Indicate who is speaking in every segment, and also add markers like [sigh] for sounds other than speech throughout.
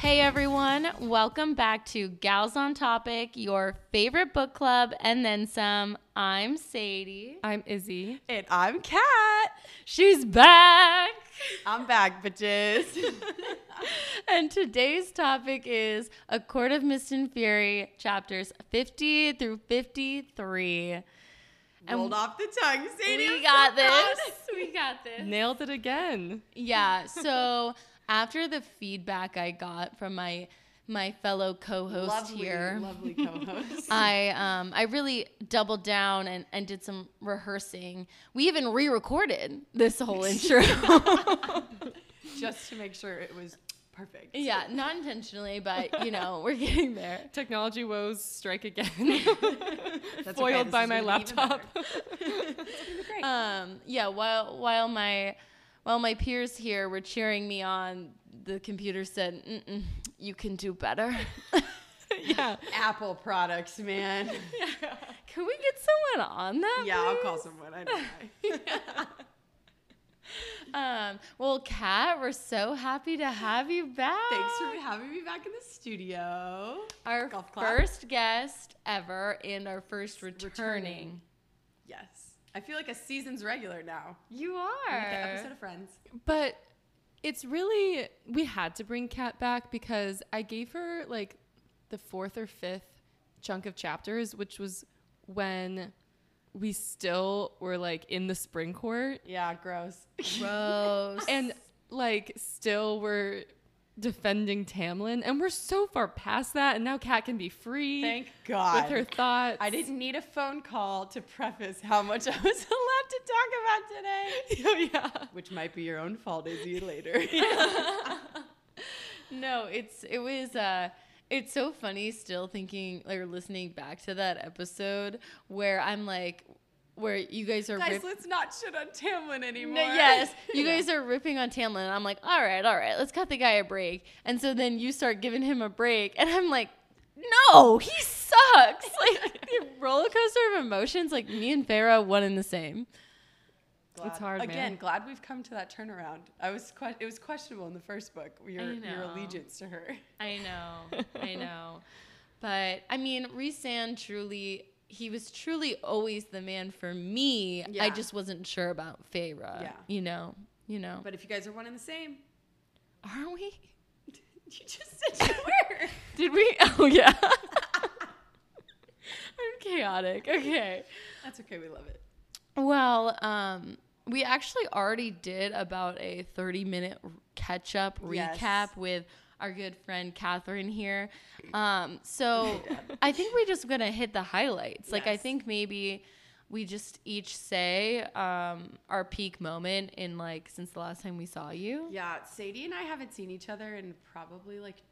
Speaker 1: Hey everyone, welcome back to Gals on Topic, your favorite book club, and then some. I'm Sadie.
Speaker 2: I'm Izzy.
Speaker 3: And I'm Kat.
Speaker 1: She's back!
Speaker 3: I'm back, bitches. [laughs]
Speaker 1: and today's topic is A Court of Mist and Fury, chapters 50 through 53.
Speaker 3: Rolled off the tongue, Sadie.
Speaker 1: We
Speaker 3: I'm
Speaker 1: got
Speaker 3: [laughs] so proud.
Speaker 1: this. We got this.
Speaker 2: Nailed it again.
Speaker 1: Yeah, so after the feedback I got from my my fellow co-host
Speaker 3: Lovely,
Speaker 1: here.
Speaker 3: lovely co-host.
Speaker 1: I um I really doubled down and, and did some rehearsing. We even re-recorded this [laughs] whole intro.
Speaker 3: [laughs] Just to make sure it was perfect.
Speaker 1: yeah, not intentionally, but you [laughs] know, we're getting there.
Speaker 2: Technology woes
Speaker 1: [laughs]
Speaker 2: strike again.
Speaker 3: That's okay,
Speaker 2: Foiled
Speaker 3: this
Speaker 2: by
Speaker 3: is
Speaker 2: my
Speaker 3: gonna be even
Speaker 2: laptop.
Speaker 1: Um yeah, while while my while my peers here were cheering me on, the computer said, Mm-mm, "You can do better."
Speaker 2: yeah.
Speaker 3: Apple products,
Speaker 2: [laughs]
Speaker 3: man.
Speaker 1: [laughs] can we get someone on that?
Speaker 3: yeah, I'll
Speaker 1: please?
Speaker 3: call someone. I don't
Speaker 2: [laughs]
Speaker 3: know.
Speaker 1: Um, well, Kat, we're so happy to have you back.
Speaker 3: Thanks for having me back in the studio.
Speaker 1: our
Speaker 3: golf clap.
Speaker 1: first guest ever and our first returning.
Speaker 3: Returning. Yes. I feel like a season's regular now.
Speaker 1: You
Speaker 3: Like an
Speaker 1: are. [laughs]
Speaker 3: episode of Friends.
Speaker 2: But it's really, we had to bring Kat back because I gave her like the fourth or fifth chunk of chapters, which was when we still were like in the spring court
Speaker 3: Yeah,
Speaker 2: [laughs]
Speaker 3: gross.
Speaker 1: Gross.
Speaker 2: and like still were defending Tamlin. And we're so far past that. And now Kat can be free.
Speaker 3: Thank God.
Speaker 2: with her thoughts.
Speaker 3: I didn't need a phone call to preface how much I was [laughs] allowed to talk about today.
Speaker 2: Oh yeah.
Speaker 3: Which might be your own fault, Izzy, [laughs] later.
Speaker 1: no, it's it was uh it's so funny still thinking or listening back to that episode where I'm like where you guys are
Speaker 3: Guys, [laughs]
Speaker 1: rip-
Speaker 3: let's not shit on Tamlin anymore.
Speaker 1: No, [laughs]
Speaker 3: [laughs]
Speaker 1: yes, you guys are ripping on Tamlin, and I'm like, all right, all right, let's cut the guy a break. And so then you start giving him a break, and I'm like, no, he sucks. [laughs] Like the roller coaster of emotions. Like me and Farah, one and the same.
Speaker 2: It's hard, man.
Speaker 3: Again, glad we've come to that turnaround. I was que- it was questionable in the first book your
Speaker 1: I
Speaker 3: your
Speaker 1: know.
Speaker 3: allegiance to her.
Speaker 1: I know, I know. But I mean, Resan truly, he was truly always the man for me.
Speaker 3: Yeah.
Speaker 1: I just wasn't sure about Farah.
Speaker 3: Yeah.
Speaker 1: You know, you know. But
Speaker 3: [laughs] But if you guys are one and the same, [laughs]
Speaker 1: are we?
Speaker 3: you just [laughs] said you were.
Speaker 1: Did we? [laughs] Oh yeah. I'm chaotic. Okay.
Speaker 3: That's okay. We love it.
Speaker 1: Well, um, we actually already did about a 30 minute catch up
Speaker 3: Yes.
Speaker 1: recap with our good friend Catherine here. Um, [laughs] so I think we're just gonna hit the highlights. Like I
Speaker 3: Yes.
Speaker 1: think maybe we just each say um, our peak moment in like since the last time we saw you.
Speaker 3: Yeah, Sadie and I haven't seen each other in probably like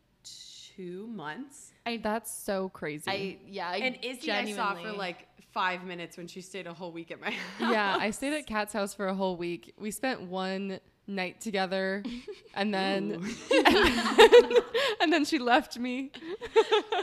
Speaker 3: two months.
Speaker 2: That's so crazy.
Speaker 1: I yeah. I
Speaker 3: And Izzy I saw for
Speaker 1: genuinely-
Speaker 3: like five minutes when she stayed a whole week at my [laughs] house.
Speaker 2: yeah, I stayed at Kat's house for a whole week. We spent one night together, and then [laughs] and then she left me.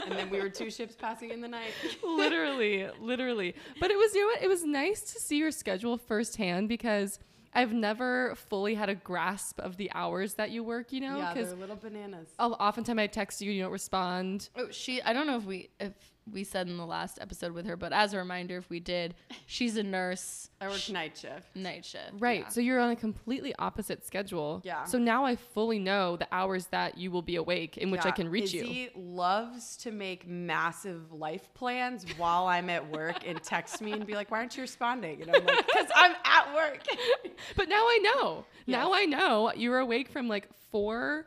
Speaker 3: and then we were two ships passing in the [laughs] night.
Speaker 2: literally, literally. But it was you know what? It was nice to see your schedule firsthand because I've never fully had a grasp of the hours that you work. You know,
Speaker 3: yeah,
Speaker 2: because
Speaker 3: they're little bananas.
Speaker 2: oftentimes I text you, you don't respond.
Speaker 1: Oh, she. I don't know if we if we said in the last episode with her, but as a reminder, if we did, she's a nurse,
Speaker 3: I worked night shift.
Speaker 1: night shift.
Speaker 2: Right.
Speaker 1: Yeah.
Speaker 2: So you're on a completely opposite schedule.
Speaker 3: Yeah.
Speaker 2: So now I fully know the hours that you will be awake in which I
Speaker 3: Yeah,
Speaker 2: can reach you.
Speaker 3: Izzy loves to make massive life plans while I'm at work and text me and be like, "Why aren't you responding?" And I'm like, "Cause I'm at work." [laughs]
Speaker 2: But now I know. Now I know you were awake from like four.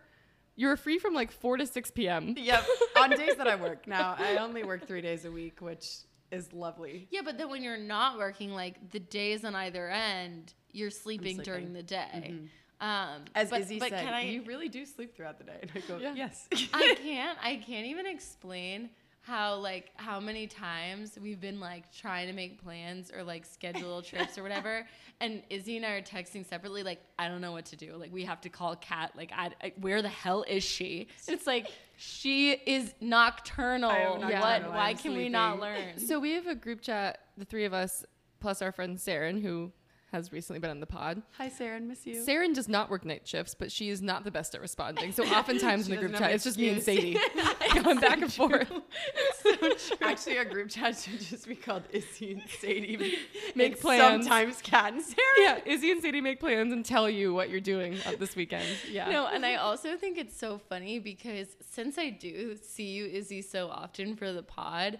Speaker 2: You were free from like four to six p.m.
Speaker 3: yep. On days that I work now, I only work three days a week, which is lovely.
Speaker 1: Yeah, but then when you're not working, like the days on either end, you're sleeping,
Speaker 3: sleeping. Mm-hmm.
Speaker 1: during the day. Um,
Speaker 3: As
Speaker 1: but,
Speaker 3: Izzy
Speaker 1: but
Speaker 3: said,
Speaker 1: can I,
Speaker 3: you really do sleep throughout the day. And I go,
Speaker 2: Yeah. [laughs]
Speaker 3: "Yes." [laughs]
Speaker 1: I can't. I can't even explain how like how many times we've been like trying to make plans or like
Speaker 3: [laughs]
Speaker 1: schedule trips or whatever, and Izzy and I are texting separately. Like I don't know what to do. Like we have to call Kat. Like I, I- where the hell is she?
Speaker 3: [laughs]
Speaker 1: And it's like she is nocturnal.
Speaker 3: I am
Speaker 1: What?
Speaker 3: nocturnal.
Speaker 1: Why
Speaker 3: I'm
Speaker 1: can we not
Speaker 3: sleeping.
Speaker 1: learn?
Speaker 2: So we have a group chat, the three of us plus our friend Saren, who has recently been on the pod.
Speaker 3: Hi, Sarah, miss you.
Speaker 2: Saren does not work night shifts, but she is not the best at responding. [laughs] So oftentimes
Speaker 3: She
Speaker 2: in the group
Speaker 3: doesn't have
Speaker 2: chat,
Speaker 3: an
Speaker 2: it's just me and Sadie [laughs] going back and forth.
Speaker 3: [laughs] Actually, our group chat should just be called Izzy and
Speaker 2: [laughs]
Speaker 3: Sadie.
Speaker 2: Make
Speaker 3: And
Speaker 2: plans.
Speaker 3: Sometimes Cat and Sarah.
Speaker 2: Yeah, Izzy and Sadie make plans and tell you what you're doing up this weekend. Yeah.
Speaker 1: No, and I also think it's so funny because since I do see you, Izzy, so often for the pod,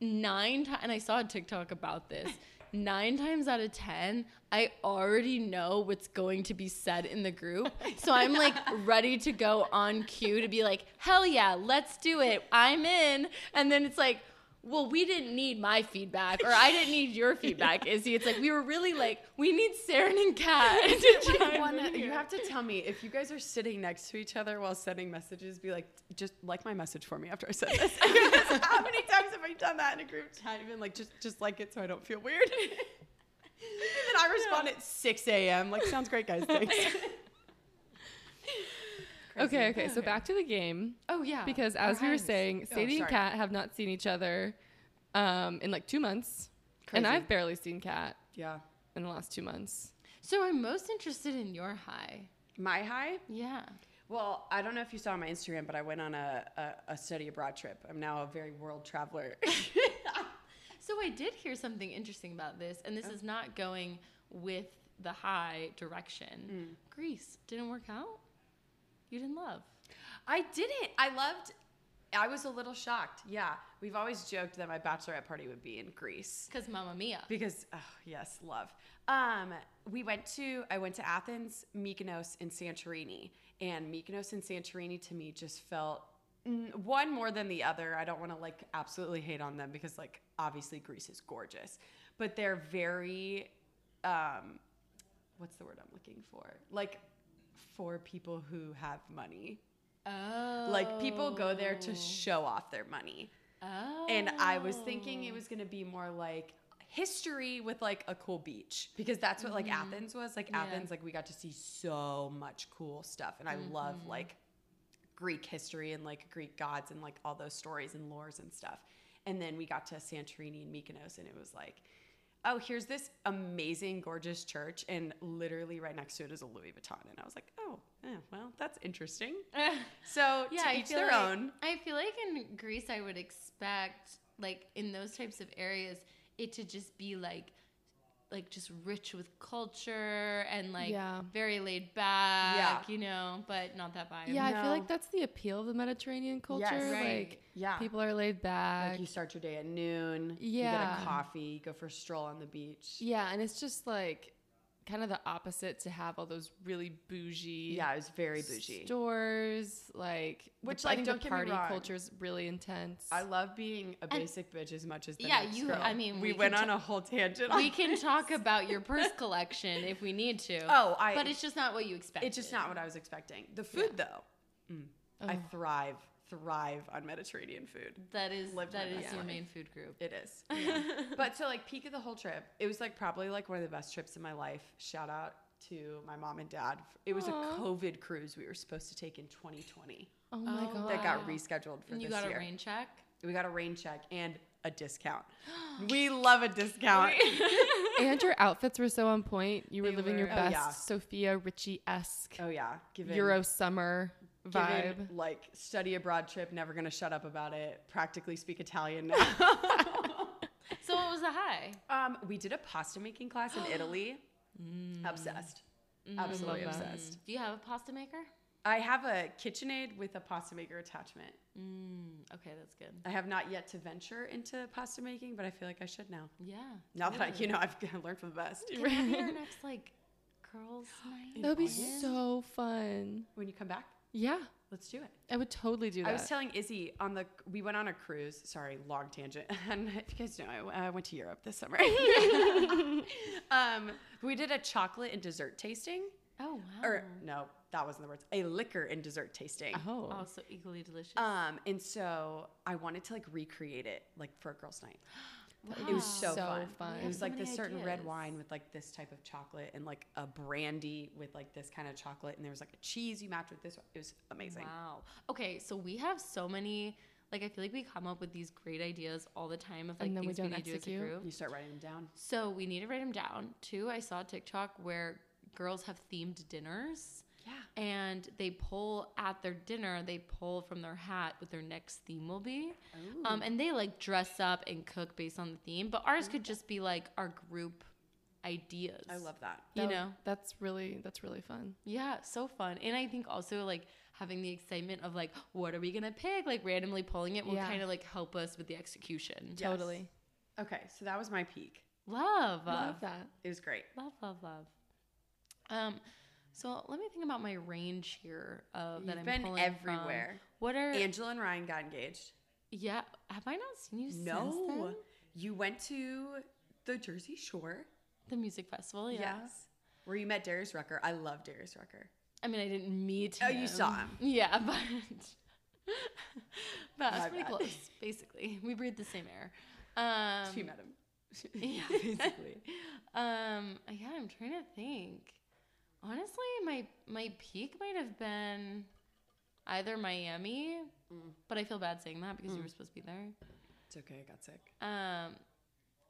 Speaker 1: nine times, and I saw a TikTok about this. Nine times out of ten, I already know what's going to be said in the group. So I'm like ready to go on cue to be like, hell yeah, let's do it. I'm in. And then it's like, well, we didn't need my feedback, or I didn't need your feedback, Izzy. It's like we were really like, we need Saren and Kat. [laughs] to chime
Speaker 3: [laughs] Wanna-
Speaker 1: in
Speaker 3: you
Speaker 1: here.
Speaker 3: have to tell me if you guys are sitting next to each other while sending messages. Be like, just like my message for me after I said this. [laughs] How many times have I done that in a group chat? Even like just just like it so I don't feel weird. [laughs] and then I respond at 6 a.m. Like sounds great, guys. Thanks. [laughs]
Speaker 2: Okay, okay. Ah, So back to the game.
Speaker 1: Oh yeah.
Speaker 2: Because
Speaker 3: our
Speaker 2: as we were
Speaker 3: hands.
Speaker 2: saying,
Speaker 3: Oh,
Speaker 2: Sadie and
Speaker 3: sorry.
Speaker 2: Kat have not seen each other um, in like two months. And
Speaker 3: Crazy.
Speaker 2: I've barely seen Kat
Speaker 3: Yeah.
Speaker 2: in the last two months.
Speaker 1: so I'm most interested in your high.
Speaker 3: My high.
Speaker 1: Yeah.
Speaker 3: Well, I don't know if you saw on my Instagram, but I went on a, a, a study abroad trip. I'm now a very world traveler. [laughs]
Speaker 1: So I did hear something interesting about this, and this is not going with the high direction. Greece didn't work out. You didn't love.
Speaker 3: I didn't. I loved. I was a little shocked. Yeah, we've always joked that my bachelorette party would be in Greece
Speaker 1: Because Mamma Mia.
Speaker 3: because, oh yes, love. Um, we went to. I went to Athens, Mykonos, and Santorini. And Mykonos and Santorini to me just felt mm, one more than the other. I don't want to like absolutely hate on them because like obviously Greece is gorgeous, but they're very. Um, what's the word I'm looking for? Like for people who have money.
Speaker 1: Oh.
Speaker 3: Like people go there to show off their money.
Speaker 1: Oh.
Speaker 3: And I was thinking it was going to be more like history with like a cool beach because that's what like Athens was. Like
Speaker 1: Yeah.
Speaker 3: Athens like we got to see so much cool stuff and I love like Greek history and like Greek gods and like all those stories and lores and stuff. And then we got to Santorini and Mykonos and it was like Oh, here's this amazing, gorgeous church, and literally right next to it is a Louis Vuitton. And I was like, oh, eh, well, that's interesting.
Speaker 1: [laughs]
Speaker 3: So,
Speaker 1: yeah,
Speaker 3: to
Speaker 1: I
Speaker 3: each
Speaker 1: feel
Speaker 3: their
Speaker 1: like,
Speaker 3: own.
Speaker 1: I feel like in Greece, I would expect like in those types of areas, it to just be like, like just rich with culture and like
Speaker 2: Yeah.
Speaker 1: very laid back, you know, but not that vibe.
Speaker 2: Yeah, I feel like
Speaker 3: No.
Speaker 2: that's the appeal of the Mediterranean culture.
Speaker 1: Right.
Speaker 2: Like
Speaker 3: Yeah.
Speaker 2: people are laid back.
Speaker 1: Uh,
Speaker 3: Like you start your day at noon. You get
Speaker 2: Yeah.
Speaker 3: a coffee. You go for a stroll on the beach.
Speaker 2: yeah, and it's just like kind of the opposite to have all those really bougie
Speaker 3: Yeah, it was very bougie.
Speaker 2: stores like
Speaker 3: Which,
Speaker 2: the, I
Speaker 3: like,
Speaker 2: think
Speaker 3: don't get
Speaker 2: the
Speaker 3: me
Speaker 2: party
Speaker 3: wrong.
Speaker 2: culture is really intense.
Speaker 3: I love being a basic bitch as much as the
Speaker 1: Yeah,
Speaker 3: next
Speaker 1: you-
Speaker 3: girl.
Speaker 1: I mean,
Speaker 3: we,
Speaker 1: we
Speaker 3: went
Speaker 1: can
Speaker 3: on
Speaker 1: ta-
Speaker 3: a whole tangent.
Speaker 1: we
Speaker 3: on-
Speaker 1: can talk about your purse collection if we need to.
Speaker 3: [laughs] Oh, I-
Speaker 1: But it's just not what you expect.
Speaker 3: It's just not what I was expecting. The food, though, mm, I thrive, thrive on Mediterranean food.
Speaker 1: That is
Speaker 3: Lived
Speaker 1: that
Speaker 3: my
Speaker 1: is
Speaker 3: best
Speaker 1: your
Speaker 3: life.
Speaker 1: main food group.
Speaker 3: It is. but so like peak of the whole trip, it was like probably like one of the best trips in my life. Shout out to my mom and dad. It was
Speaker 2: Aw.
Speaker 3: a COVID cruise we were supposed to take in 2020
Speaker 2: oh my
Speaker 1: Oh,
Speaker 2: god.
Speaker 3: that got
Speaker 1: Wow.
Speaker 3: rescheduled for
Speaker 1: And you
Speaker 3: this
Speaker 1: got
Speaker 3: year.
Speaker 1: a rain check.
Speaker 3: We got a rain check and a discount. we love a discount.
Speaker 2: [laughs] and your outfits were so on point. You were
Speaker 1: They
Speaker 2: living your
Speaker 1: were.
Speaker 2: best
Speaker 3: Oh, yeah.
Speaker 2: Sophia Richie esque
Speaker 3: oh yeah, given
Speaker 2: Euro summer
Speaker 3: given,
Speaker 2: vibe.
Speaker 3: like study abroad trip, never gonna shut up about it. Practically speak Italian now.
Speaker 1: [laughs] So what was the high?
Speaker 3: um, we did a pasta making class in Italy. Obsessed, absolutely
Speaker 2: Love that.
Speaker 3: obsessed.
Speaker 1: Um, Do you have a pasta maker?
Speaker 3: I have a KitchenAid with a pasta maker attachment.
Speaker 1: Mm, okay, that's good.
Speaker 3: I have not yet to venture into pasta making, but I feel like I should now.
Speaker 1: Yeah.
Speaker 3: Now that I, you know, I've [laughs] learned from the best.
Speaker 1: Can that be our next like [gasps] girls night?
Speaker 2: That would be
Speaker 3: August?
Speaker 2: so fun.
Speaker 3: When you come back,
Speaker 2: Yeah,
Speaker 3: let's do it.
Speaker 2: I would totally do that.
Speaker 3: I was telling Izzy on the we went on a cruise. Sorry, long tangent. [laughs] And if you guys know, I uh, went to Europe this
Speaker 2: [laughs]
Speaker 3: summer. um, we did a chocolate and dessert tasting,
Speaker 1: Oh wow.
Speaker 3: or no, that wasn't the words. A liquor and dessert tasting.
Speaker 2: oh,
Speaker 1: also equally delicious.
Speaker 3: Um, and so I wanted to like recreate it like for a girls' night. It was so,
Speaker 2: So
Speaker 3: fun.
Speaker 2: fun.
Speaker 3: It was
Speaker 1: Ah, So
Speaker 3: like this
Speaker 1: many
Speaker 3: certain red
Speaker 1: ideas.
Speaker 3: wine with like this type of chocolate and like a brandy with like this kind of chocolate, and there was like a cheese you matched with this. It was amazing.
Speaker 1: Wow. Okay, so we have so many Like I feel like we come up with these great ideas all the time of like
Speaker 2: And then we
Speaker 1: things we,
Speaker 2: don't
Speaker 1: need to do as a
Speaker 2: execute.
Speaker 1: group.
Speaker 3: You start writing them down.
Speaker 1: So we need to write them down. Two, I saw a TikTok where girls have themed dinners
Speaker 3: Yeah.
Speaker 1: and they pull at their dinner, they pull from their hat what their next theme will be.
Speaker 3: Hmm.
Speaker 1: Um, and they like dress up and cook based on the theme, but ours could just be like our group ideas.
Speaker 3: I love that.
Speaker 1: you
Speaker 2: That-
Speaker 1: know.
Speaker 2: that's really that's really fun.
Speaker 1: Yeah, so fun. And I think also like having the excitement of like what are we going to pick? Like randomly pulling it will
Speaker 2: Yeah.
Speaker 1: kind of like help us with the execution.
Speaker 3: Yes.
Speaker 2: Totally.
Speaker 3: Okay, so that was my peak.
Speaker 1: Love.
Speaker 2: Love that.
Speaker 3: It was great.
Speaker 1: Love, love, love. Um, so let me think about my range here of that
Speaker 3: You've
Speaker 1: I'm
Speaker 3: been
Speaker 1: pulling from.
Speaker 3: everywhere.
Speaker 1: What are?
Speaker 3: Angela and Ryan got engaged.
Speaker 1: yeah, have I not seen you since
Speaker 3: No,
Speaker 1: then?
Speaker 3: you went to the Jersey Shore.
Speaker 1: The music festival. Yeah.
Speaker 3: Yes, where you met Darius Rucker. I love Darius Rucker.
Speaker 1: I mean, I didn't meet.
Speaker 3: Oh,
Speaker 1: Him.
Speaker 3: you saw him.
Speaker 1: Yeah, [laughs] but but it's
Speaker 3: My
Speaker 1: pretty
Speaker 3: bad.
Speaker 1: close. Basically, we breathe the same air. Um,
Speaker 3: She met him. [laughs]
Speaker 1: Yeah,
Speaker 3: basically.
Speaker 1: Um, yeah, I'm trying to think. Honestly, my my peak might have been either Miami,
Speaker 3: Mm.
Speaker 1: but I feel bad saying that because you were supposed to be there.
Speaker 3: It's okay. I got sick.
Speaker 1: Um,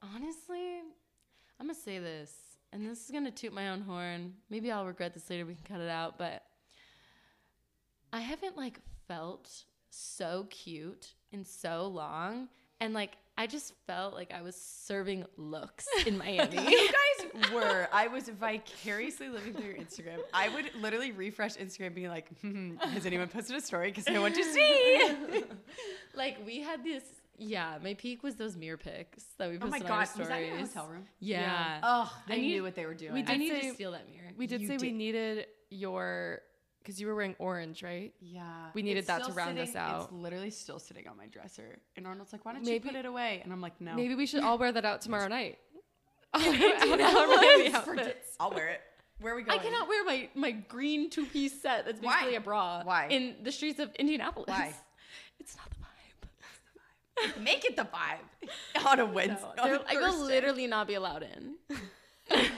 Speaker 1: honestly, I'm gonna say this, and this is gonna toot my own horn. Maybe I'll regret this later. We can cut it out, but I haven't like felt so cute in so long, and like I just felt like I was serving looks
Speaker 3: [laughs]
Speaker 1: in Miami.
Speaker 3: You guys were. I was vicariously living through your Instagram. I would literally refresh Instagram, being like, hmm, "Has anyone posted a story? Because I want to see."
Speaker 1: [laughs] like we had this. Yeah, my peak was those mirror pics that we
Speaker 3: Oh
Speaker 1: posted
Speaker 3: my
Speaker 1: on our
Speaker 3: god, was
Speaker 1: stories.
Speaker 3: that in a hotel room?
Speaker 1: Yeah.
Speaker 3: Oh,
Speaker 1: I
Speaker 3: they
Speaker 1: need-
Speaker 3: knew what they were doing.
Speaker 1: We
Speaker 2: did
Speaker 1: did need to
Speaker 2: say-
Speaker 1: steal that mirror. [laughs]
Speaker 2: We did
Speaker 3: You
Speaker 2: say we
Speaker 3: did.
Speaker 2: needed your because you were wearing orange, right?
Speaker 3: Yeah.
Speaker 2: We needed
Speaker 3: It's
Speaker 2: that to
Speaker 3: still
Speaker 2: round us
Speaker 3: sitting-
Speaker 2: out.
Speaker 3: It's literally still sitting on my dresser. And Arnold's like, why don't
Speaker 2: Maybe-
Speaker 3: you put it away? And I'm like, no. [laughs]
Speaker 2: Maybe we should all wear that out tomorrow night. All
Speaker 1: do
Speaker 2: our
Speaker 1: that. [laughs]
Speaker 3: [laughs]
Speaker 2: Miami
Speaker 1: Let's
Speaker 2: outfits.
Speaker 3: I'll wear it. Where are we
Speaker 1: I
Speaker 3: going?
Speaker 1: cannot wear my, my green two piece set that's
Speaker 3: Why?
Speaker 1: basically a bra
Speaker 3: Why?
Speaker 1: in the streets of Indianapolis.
Speaker 3: Why?
Speaker 1: [laughs] It's not the vibe.
Speaker 3: [laughs] make it the
Speaker 1: [laughs]
Speaker 3: vibe on a Wednesday.
Speaker 1: No,
Speaker 3: on a
Speaker 1: there- I will
Speaker 3: Thursday.
Speaker 1: literally not be allowed in. [laughs]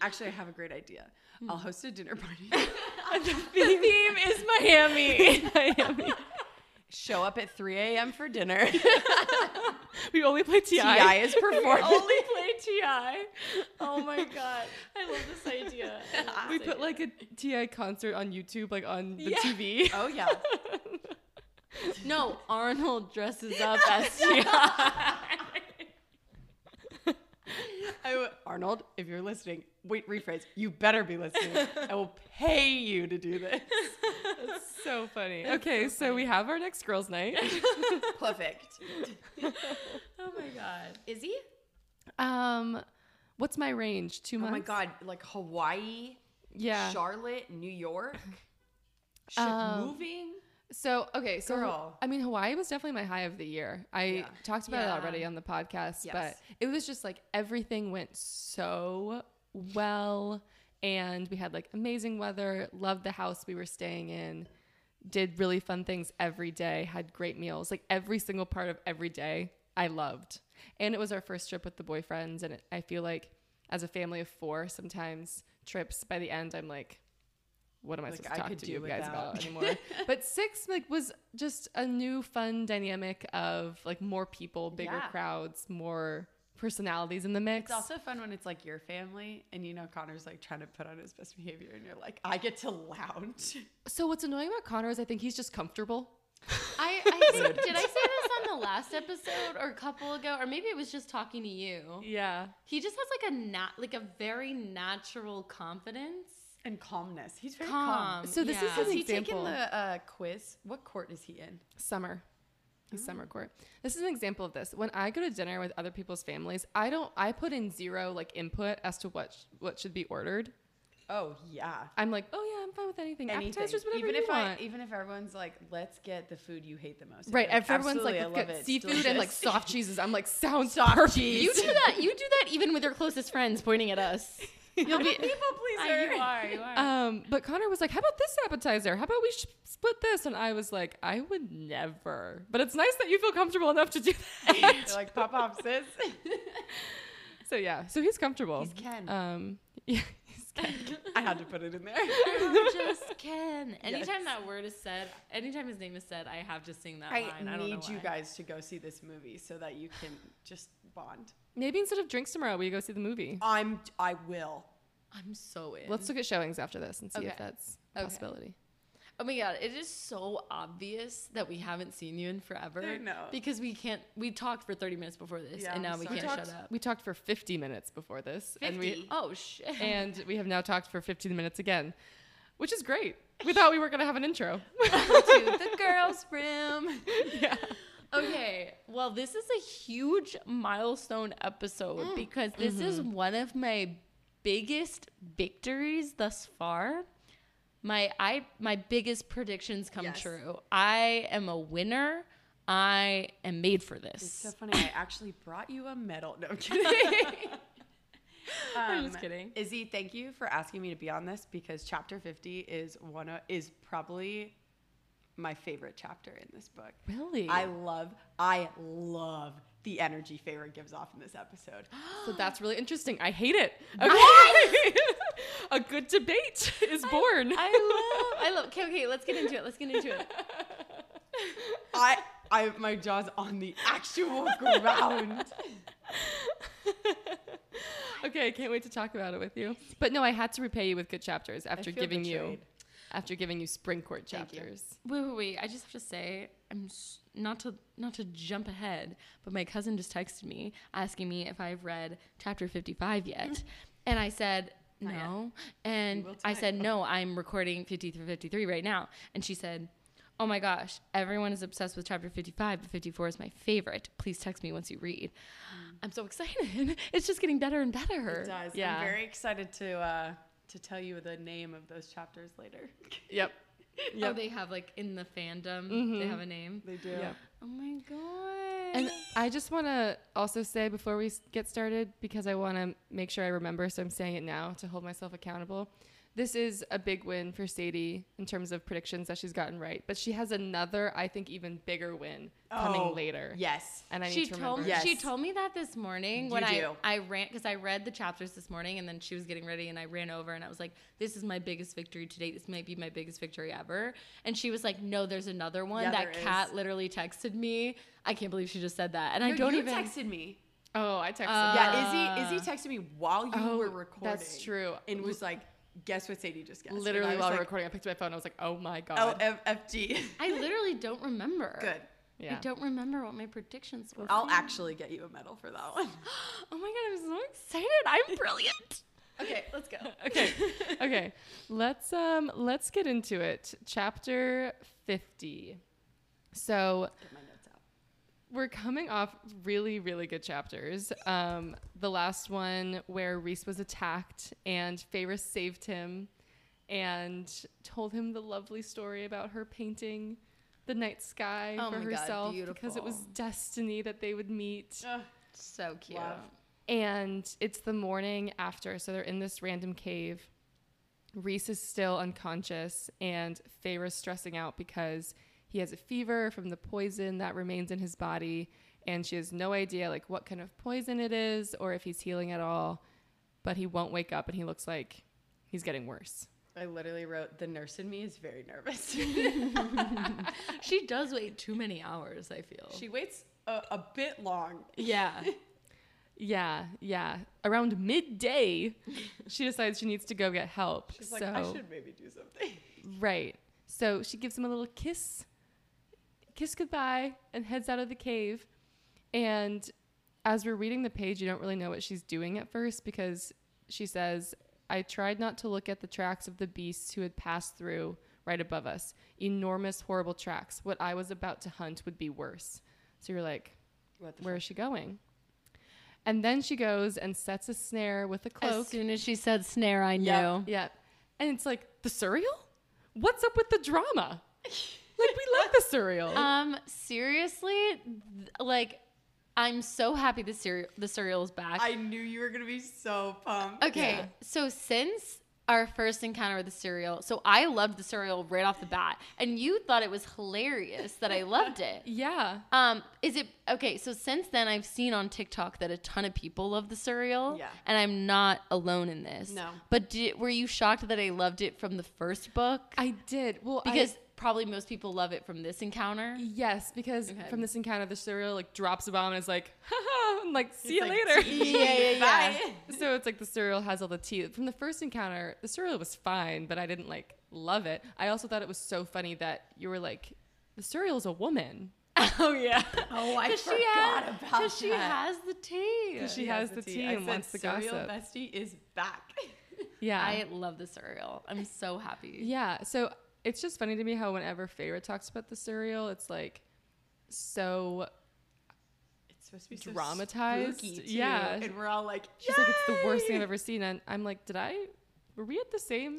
Speaker 3: Actually, I have a great idea. I'll
Speaker 1: Hmm.
Speaker 3: host a dinner
Speaker 1: [laughs]
Speaker 3: party.
Speaker 1: the theme is Miami. [laughs]
Speaker 2: Miami.
Speaker 3: Show up at 3 a.m. for dinner.
Speaker 2: We only play TI.
Speaker 3: Ti
Speaker 1: [laughs]
Speaker 3: is performing.
Speaker 1: Only play TI. Oh my god. I love this idea. I love
Speaker 2: We
Speaker 1: this
Speaker 2: put
Speaker 1: idea.
Speaker 2: like a TI concert on YouTube, like on the
Speaker 1: Yeah. [laughs]
Speaker 2: TV.
Speaker 3: [laughs] oh yeah.
Speaker 1: No, Arnold dresses up as TI.
Speaker 3: [laughs] I w- Arnold, if you're listening, wait, rephrase. You better be listening. I will pay you to do this.
Speaker 2: That's so funny. okay, so, we have our next girls' [laughs] night.
Speaker 3: [laughs] Perfect.
Speaker 1: oh my god.
Speaker 3: Izzy?
Speaker 2: um, what's my range? Two
Speaker 3: Oh
Speaker 2: months.
Speaker 3: my god, like Hawaii,
Speaker 2: Yeah.
Speaker 3: Charlotte, New York. Shit,
Speaker 2: Um,
Speaker 3: moving.
Speaker 2: So okay, so
Speaker 3: Girl.
Speaker 2: I mean, Hawaii was definitely my high of the year. I
Speaker 3: Yeah.
Speaker 2: talked about
Speaker 1: Yeah.
Speaker 2: it already on the podcast, but
Speaker 3: Yes.
Speaker 2: it was just like everything went so well, and we had like amazing weather. Loved the house we were staying in. Did really fun things every day. Had great meals. Like every single part of every day, I loved. And it was our first trip with the boyfriends, and it, I feel like as a family of four, sometimes trips by the end, I'm like. What am I
Speaker 3: Like,
Speaker 2: supposed to
Speaker 3: I
Speaker 2: talk
Speaker 3: could
Speaker 2: to
Speaker 3: do
Speaker 2: you guys
Speaker 3: without.
Speaker 2: about? [laughs] anymore. but six like was just a new fun dynamic of like more people, bigger
Speaker 3: Yeah.
Speaker 2: crowds, more personalities in the mix.
Speaker 3: It's also fun when it's like your family and you know Connor's like trying to put on his best behavior and you're like, I get to lounge.
Speaker 2: so what's annoying about Connor is I think he's just comfortable.
Speaker 1: I, I [laughs] think, did I say this on the last episode or a couple ago, or maybe it was just talking to you?
Speaker 2: Yeah.
Speaker 1: He just has like a nat, like a very natural confidence.
Speaker 3: And calmness. He's very
Speaker 1: Calm.
Speaker 3: calm.
Speaker 2: Um, So this
Speaker 1: Yeah.
Speaker 2: is
Speaker 3: Has
Speaker 2: an
Speaker 3: he
Speaker 2: example.
Speaker 3: taken the uh, quiz? What court is he in?
Speaker 2: summer. He's
Speaker 3: Oh.
Speaker 2: Summer court. This is an example of this. When I go to dinner with other people's families, I don't. I put in zero like input as to what sh- what should be ordered.
Speaker 3: Oh yeah.
Speaker 2: I'm like, oh yeah, I'm fine with anything.
Speaker 3: Anything.
Speaker 2: Appetizers, whatever
Speaker 3: even
Speaker 2: you
Speaker 3: if
Speaker 2: want.
Speaker 3: I even if everyone's like, let's get the food you hate the most. I'd
Speaker 2: right.
Speaker 3: be like,
Speaker 2: Everyone's like,
Speaker 3: "Absolutely,
Speaker 2: let's get
Speaker 3: I love it. It's
Speaker 2: seafood and
Speaker 3: [laughs]
Speaker 2: like
Speaker 3: delicious."
Speaker 2: soft cheeses. I'm like, sounds
Speaker 3: Soft
Speaker 2: perfect.
Speaker 3: cheese.
Speaker 1: You do that. You do that even with your closest friends pointing at us. You'll be
Speaker 3: people pleaser.
Speaker 1: you are. You are.
Speaker 2: Um, but Connor was like, "How about this appetizer? How about we sh- split this?" And I was like, "I would never." But it's nice that you feel comfortable enough to do [laughs] that.
Speaker 3: [laughs] You're like pop off, sis.
Speaker 2: so yeah, so he's comfortable. uh,
Speaker 3: He's Ken.
Speaker 2: Um, [laughs] yeah, he's
Speaker 1: just Ken.
Speaker 3: I had to put it in there.
Speaker 1: [laughs] I'm just Ken. Anytime
Speaker 3: Yes.
Speaker 1: that word is said, anytime his name is said, I have to sing that
Speaker 3: I
Speaker 1: line. I don't know
Speaker 3: need you
Speaker 1: why.
Speaker 3: guys to go see this movie so that you can just bond.
Speaker 2: Maybe instead of drinks tomorrow, we go see the movie.
Speaker 3: I'm. I will.
Speaker 1: I'm so in.
Speaker 2: Let's look at showings after this and see
Speaker 1: Okay.
Speaker 2: if that's a
Speaker 1: Okay.
Speaker 2: possibility.
Speaker 1: oh my god, it is so obvious that we haven't seen you in forever.
Speaker 3: I know.
Speaker 1: Because we can't. We talked for 30 minutes before this,
Speaker 3: Yeah,
Speaker 1: and now
Speaker 3: I'm
Speaker 1: we
Speaker 3: sorry.
Speaker 1: can't
Speaker 3: We
Speaker 1: shut
Speaker 3: talked-
Speaker 1: up.
Speaker 2: We talked for 50 minutes before this, and we
Speaker 3: 50?
Speaker 1: Oh shit.
Speaker 2: [laughs] and we have now talked for 15 minutes again, which is great. We thought we were gonna have an intro.
Speaker 1: to the girls' room.
Speaker 2: yeah.
Speaker 1: Okay, well, this is a huge milestone episode because this is one of my biggest victories thus far. My I my biggest predictions come
Speaker 3: Yes.
Speaker 1: true. I am a winner. I am made for this.
Speaker 3: It's [laughs] so
Speaker 1: [laughs]
Speaker 3: funny. I actually brought you a medal. No I'm kidding.
Speaker 1: I'm just
Speaker 3: Um,
Speaker 1: kidding.
Speaker 3: Izzy, thank you for asking me to be on this because chapter 50 is one of, is probably my favorite chapter in this book.
Speaker 2: Really?
Speaker 3: I love I love the energy Feyre gives off in this episode.
Speaker 2: so that's really interesting. I hate it. Okay. [laughs] a good debate [laughs] is born.
Speaker 1: I love I love okay, okay, let's get into it. Let's get into [laughs] it.
Speaker 3: I I my jaw's on the actual ground.
Speaker 2: okay, I can't wait to talk about it with you. But no, I had to repay you with good chapters after
Speaker 3: feel
Speaker 2: giving you
Speaker 3: betrayed.
Speaker 2: after giving you spring court
Speaker 3: Thank you.
Speaker 2: chapters.
Speaker 1: Wait, wait, wait. I just have to say, I'm s- not to not to jump ahead, but my cousin just texted me asking me if I've read chapter 55
Speaker 3: [laughs]
Speaker 1: yet. and I said
Speaker 3: Not yet.
Speaker 1: no. And
Speaker 3: You Oh, will
Speaker 1: I said
Speaker 3: tonight.
Speaker 1: no, I'm recording 50 through 53 right now. And she said, "Oh my gosh, everyone is obsessed with chapter 55, but 54 is my favorite. Please text me once you read." I'm so excited. [laughs] it's just getting better and better.
Speaker 3: Mm. It does.
Speaker 2: Yeah.
Speaker 3: I'm very excited to uh to tell you the name of those chapters later.
Speaker 2: Yep.
Speaker 1: Oh,
Speaker 2: Yep.
Speaker 1: they have like in the fandom, they
Speaker 2: Mhm.
Speaker 1: have a name.
Speaker 3: Mm-hmm. They do.
Speaker 2: Yep.
Speaker 1: Oh my god.
Speaker 2: And I just want to also say before we s- get started, because I want to make sure I remember, so I'm saying it now to hold myself accountable. This is a big win for Sadie in terms of predictions that she's gotten right, but she has another, I think, even bigger win coming
Speaker 3: Oh,
Speaker 2: later.
Speaker 3: Yes.
Speaker 2: and I
Speaker 1: she
Speaker 2: need to
Speaker 1: told
Speaker 2: remember.
Speaker 1: me she
Speaker 3: Yes.
Speaker 1: told me that this morning
Speaker 3: You
Speaker 1: when
Speaker 3: do.
Speaker 1: I I ran because I read the chapters this morning and then she was getting ready and I ran over and I was like, "This is my biggest victory to date. This might be my biggest victory ever." And she was like, "No, there's another one."
Speaker 3: Yeah,
Speaker 1: that
Speaker 3: there
Speaker 1: cat
Speaker 3: is.
Speaker 1: literally texted me. I can't believe she just said that, and I
Speaker 3: No,
Speaker 1: don't
Speaker 3: you
Speaker 1: even.
Speaker 3: texted me.
Speaker 2: Oh, I texted.
Speaker 1: Uh,
Speaker 3: yeah, Izzy Izzy texted me while you
Speaker 2: Oh,
Speaker 3: were recording.
Speaker 2: that's true.
Speaker 3: And was like, guess what Sadie just guessed? And I
Speaker 2: literally
Speaker 3: was
Speaker 2: while
Speaker 3: like,
Speaker 2: recording, I picked up my phone. I was like, oh my
Speaker 3: Oh,
Speaker 2: god.
Speaker 1: eh,
Speaker 3: F- FG.
Speaker 1: I literally don't remember.
Speaker 3: [laughs] Good.
Speaker 2: yeah.
Speaker 1: I don't remember what my predictions were.
Speaker 3: I'll actually get you a medal for that one.
Speaker 1: oh my god, I'm so excited! [laughs] I'm brilliant.
Speaker 3: okay,
Speaker 1: [laughs]
Speaker 3: let's go.
Speaker 2: okay. Okay. Let's um let's get into it. Chapter 50. So,
Speaker 3: Get my notes out.
Speaker 2: we're coming off really really good chapters um, the last one where reese was attacked and Feyre saved him and told him the lovely story about her painting the night sky
Speaker 1: Oh
Speaker 2: for
Speaker 1: my God,
Speaker 2: herself because it was
Speaker 1: beautiful. Oh,
Speaker 2: destiny that they would meet
Speaker 1: So cute.
Speaker 3: Love.
Speaker 2: and it's the morning after so they're in this random cave reese is still unconscious and Feyre's stressing out because he has a fever from the poison that remains in his body and she has no idea like what kind of poison it is or if he's healing at all but he won't wake up and he looks like he's getting worse
Speaker 3: I literally wrote, the nurse in me is very nervous.
Speaker 1: She does wait too many hours. I feel.
Speaker 3: [laughs] she waits a, a bit long. [laughs]
Speaker 1: yeah.
Speaker 2: yeah yeah around midday she decides she needs to go get help
Speaker 3: She's
Speaker 2: so
Speaker 3: like, I should maybe do something.
Speaker 2: Right. So she gives him a little kiss, kiss goodbye, and heads out of the cave. And as we're reading the page, you don't really know what she's doing at first because she says, I tried not to look at the tracks of the beasts who had passed through right above us. Enormous, horrible tracks. What I was about to hunt would be worse. So you're like,
Speaker 3: What
Speaker 2: where is she going? And then she goes and sets a snare with a cloak.
Speaker 1: As soon as she said snare, I
Speaker 3: Yep.
Speaker 1: knew.
Speaker 2: Yeah. And it's like, the cereal? What's up with the drama? Like, we love the cereal.
Speaker 1: [laughs] Um, seriously, th- like, I'm so happy the cereal the cereal's back.
Speaker 3: I knew you were going to be so pumped.
Speaker 1: okay,
Speaker 2: Yeah.
Speaker 1: so since our first encounter with the cereal. So I loved the cereal right off the bat, and you thought it was hilarious that I loved it.
Speaker 2: [laughs] Yeah.
Speaker 1: Um, is it okay? So since then, I've seen on TikTok that a ton of people love the cereal.
Speaker 3: Yeah.
Speaker 1: And I'm not alone in this.
Speaker 3: No.
Speaker 1: But did, were you shocked that I loved it from the first book?
Speaker 2: I did. Well, I-
Speaker 1: because probably most people love it from this
Speaker 2: [laughs]
Speaker 1: encounter.
Speaker 2: yes, because
Speaker 1: Okay.
Speaker 2: from this encounter, the cereal like drops a bomb and is like, [laughs] haha, and like, see you
Speaker 3: like, [laughs]
Speaker 2: later.
Speaker 1: yeah,
Speaker 3: Bye.
Speaker 2: [laughs] so it's like the cereal has all the tea. From the first encounter, the cereal was fine, but I didn't like love it. I also thought it was so funny that you were like, the cereal's a woman.
Speaker 1: oh [laughs] yeah.
Speaker 3: Oh, I
Speaker 1: Because she, has, because she has the tea.
Speaker 2: She has the tea and wants the gossip.
Speaker 3: Bestie is back. [laughs]
Speaker 2: Yeah.
Speaker 1: I love the cereal. I'm so happy.
Speaker 2: yeah. So it's just funny to me how whenever Feyre talks about the cereal, it's like so
Speaker 3: It's supposed to be so
Speaker 2: Dramatized,
Speaker 3: spooky, too.
Speaker 2: yeah.
Speaker 3: and we're all like,
Speaker 2: she's like, it's the worst thing I've
Speaker 3: "Yay!"
Speaker 2: ever seen. And I'm like, did I were we at the same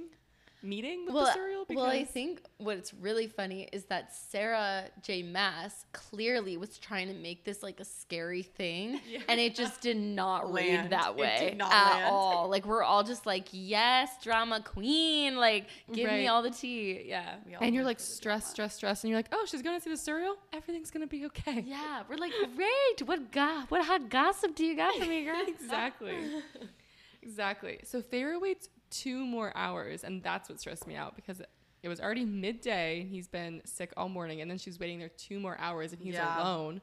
Speaker 2: meeting with
Speaker 1: Well,
Speaker 3: uh,
Speaker 2: the cereal?
Speaker 1: well, I think what's really funny is that Sarah J. Mass clearly was trying to make this like a scary [laughs] thing, and it just did not
Speaker 3: Land.
Speaker 1: read that
Speaker 3: It
Speaker 1: way
Speaker 3: did not
Speaker 1: at
Speaker 3: land.
Speaker 1: all. Like we're all just like, yes, drama queen, like give
Speaker 2: Right.
Speaker 1: me all the tea, yeah.
Speaker 3: We all
Speaker 2: and you're
Speaker 3: live
Speaker 2: like
Speaker 3: for the
Speaker 2: stressed,
Speaker 3: drama.
Speaker 2: stressed, stressed, and you're like, oh, she's going to see the cereal. Everything's gonna be okay.
Speaker 1: Yeah, we're like, great. What go- What hot gossip do you got for me, [laughs] girl?
Speaker 2: [laughs] exactly.
Speaker 3: [laughs]
Speaker 2: exactly. So Thayer waits two more hours, and that's what stressed me out because it was already midday. and He's been sick all morning, and then she's waiting there two more hours, and he's
Speaker 3: Yeah.
Speaker 2: alone.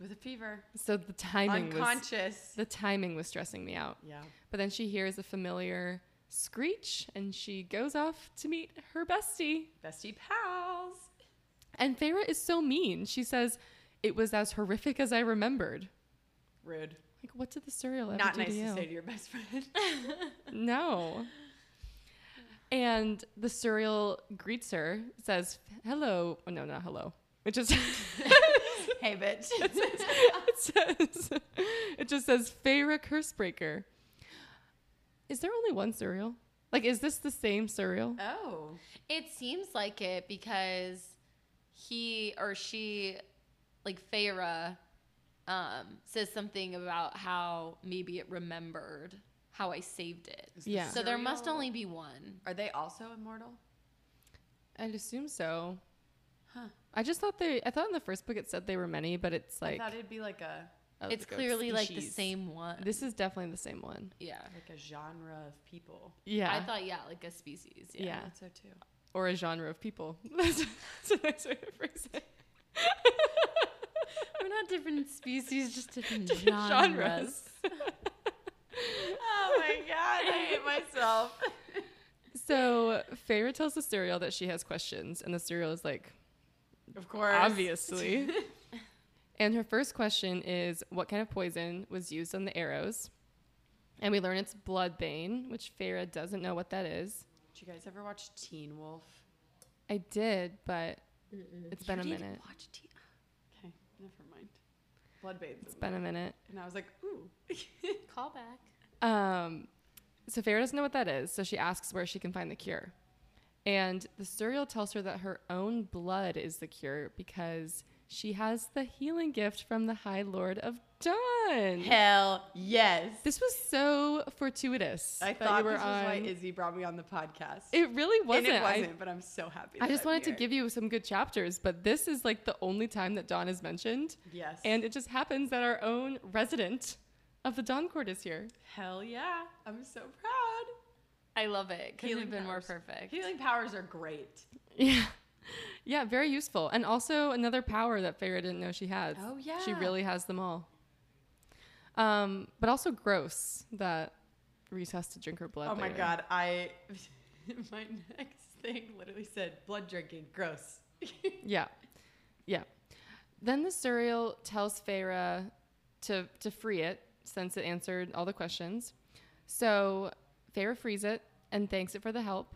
Speaker 3: with a fever,
Speaker 2: So the timing was
Speaker 3: unconscious.
Speaker 2: the timing was stressing me out.
Speaker 3: yeah,
Speaker 2: But then she hears a familiar screech, and she goes off to meet her bestie.
Speaker 3: bestie pals.
Speaker 2: And Feyre is so mean. She says, "It was as horrific as I remembered."
Speaker 3: Rude.
Speaker 2: Like, what did the cereal ever
Speaker 3: Not
Speaker 2: do
Speaker 3: nice
Speaker 2: to you?
Speaker 3: to say to your best friend. [laughs]
Speaker 2: No. And the cereal greets her, says, hello. Oh, no, not hello. It just, [laughs]
Speaker 3: hey, bitch.
Speaker 2: it says, it just says, Feyre Cursebreaker. Is there only one cereal? Like, is this the same cereal?
Speaker 3: oh,
Speaker 1: It seems like it because he or she, like Feyre, um, says something about how maybe it remembered how I saved it.
Speaker 3: Is the
Speaker 2: Yeah.
Speaker 1: So there must
Speaker 3: cereal-
Speaker 1: only be one.
Speaker 3: Are they also immortal?
Speaker 2: I'd assume so.
Speaker 3: Huh.
Speaker 2: I just thought they, I thought in the first book it said they were many, but it's like,
Speaker 3: I thought it'd be like a
Speaker 2: oh,
Speaker 1: it's
Speaker 2: like a
Speaker 1: clearly like the
Speaker 2: species.
Speaker 1: same one.
Speaker 2: This is definitely the same one.
Speaker 1: yeah.
Speaker 3: like a genre of people.
Speaker 2: Yeah.
Speaker 1: I thought yeah, like a species. Yeah.
Speaker 2: Yeah.
Speaker 3: I thought so too. [laughs]
Speaker 2: or a genre of people. [laughs] That's, a nice way to phrase it.
Speaker 1: We're not [laughs] different species, just different,
Speaker 2: Different
Speaker 1: genres.
Speaker 2: genres.
Speaker 3: Oh my god, I hate myself.
Speaker 2: So Feyre tells the cereal that she has questions, and the cereal is like,
Speaker 3: Of course.
Speaker 1: [laughs]
Speaker 2: obviously. and her first question is, what kind of poison was used on the arrows? And we learn it's bloodbane, which Feyre doesn't know what that is.
Speaker 3: Did you guys ever watch Teen Wolf?
Speaker 2: I did, but it's been
Speaker 3: You
Speaker 2: a
Speaker 3: didn't
Speaker 2: minute.
Speaker 3: Watch Teen. Okay, never mind. Bloodbaths.
Speaker 2: It's been a minute.
Speaker 3: and I was like, ooh.
Speaker 1: Call back.
Speaker 2: Um, so Farah doesn't know what that is, so she asks where she can find the cure. And the cereal tells her that her own blood is the cure because she has the healing gift from the High Lord of Dawn.
Speaker 3: Hell yes.
Speaker 2: This was so fortuitous.
Speaker 3: I
Speaker 2: that you
Speaker 3: thought
Speaker 2: were
Speaker 3: this was why
Speaker 2: on-
Speaker 3: Izzy brought me on the podcast.
Speaker 2: it really
Speaker 3: and
Speaker 2: wasn't.
Speaker 3: it
Speaker 2: I-
Speaker 3: wasn't, but I'm so happy.
Speaker 2: I,
Speaker 3: that
Speaker 2: just
Speaker 3: I'm
Speaker 2: wanted to
Speaker 3: here.
Speaker 2: give you some good chapters, but this is like the only time that Dawn is mentioned.
Speaker 3: Yes.
Speaker 2: And it just happens that our own resident of the Dawn Court is here.
Speaker 3: hell yeah. I'm so proud.
Speaker 1: I love it. Couldn't
Speaker 3: Healing
Speaker 1: have been
Speaker 3: powers.
Speaker 1: more perfect.
Speaker 3: Healing powers are great.
Speaker 2: Yeah. [laughs] Yeah, very useful. And also another power that Feyre didn't know she had.
Speaker 3: Oh,
Speaker 2: She
Speaker 3: yeah.
Speaker 2: really has them all. Um, but also gross that Reese has to drink her blood.
Speaker 3: Oh my
Speaker 2: later.
Speaker 3: god, I [laughs] my next thing literally said blood drinking, gross.
Speaker 2: Yeah. Yeah. Then the cereal tells Feyre to to free it since it answered all the questions. So Feyre frees it and thanks it for the help.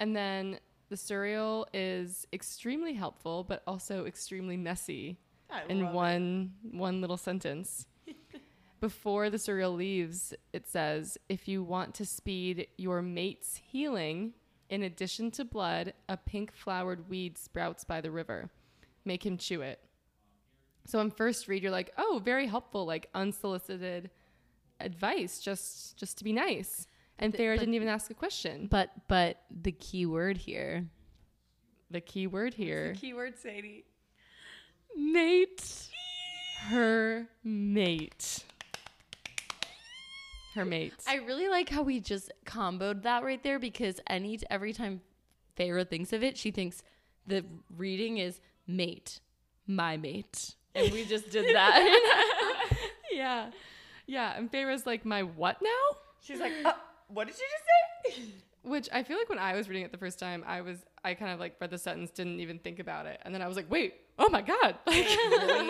Speaker 2: And then the cereal is extremely helpful, but also extremely messy
Speaker 3: I
Speaker 2: in
Speaker 3: love it.
Speaker 2: one one little sentence. Before the surreal leaves, it says, "If you want to speed your mate's healing, in addition to blood, a pink flowered weed sprouts by the river. Make him chew it." So on first read, you're like, "Oh, very helpful, like unsolicited advice, just just to be nice." And Farah
Speaker 1: but-
Speaker 2: didn't even ask a question.
Speaker 1: But but the key word here.
Speaker 2: The key word here
Speaker 3: Keyword Sadie.
Speaker 2: Nate. Her mate. Her mate.
Speaker 1: I really like how we just comboed that right there because any every time Feyre thinks of it, she thinks the reading is mate, my [laughs] mate, and we just did
Speaker 3: [laughs]
Speaker 1: that.
Speaker 2: yeah. Yeah. And Farah's like, my what now?
Speaker 3: She's like, oh, what did you just say?
Speaker 2: Which I feel like when I was reading it the first time, I was I kind of like read the sentence, didn't even think about it, and then I was like, wait, oh my god! [laughs] Like,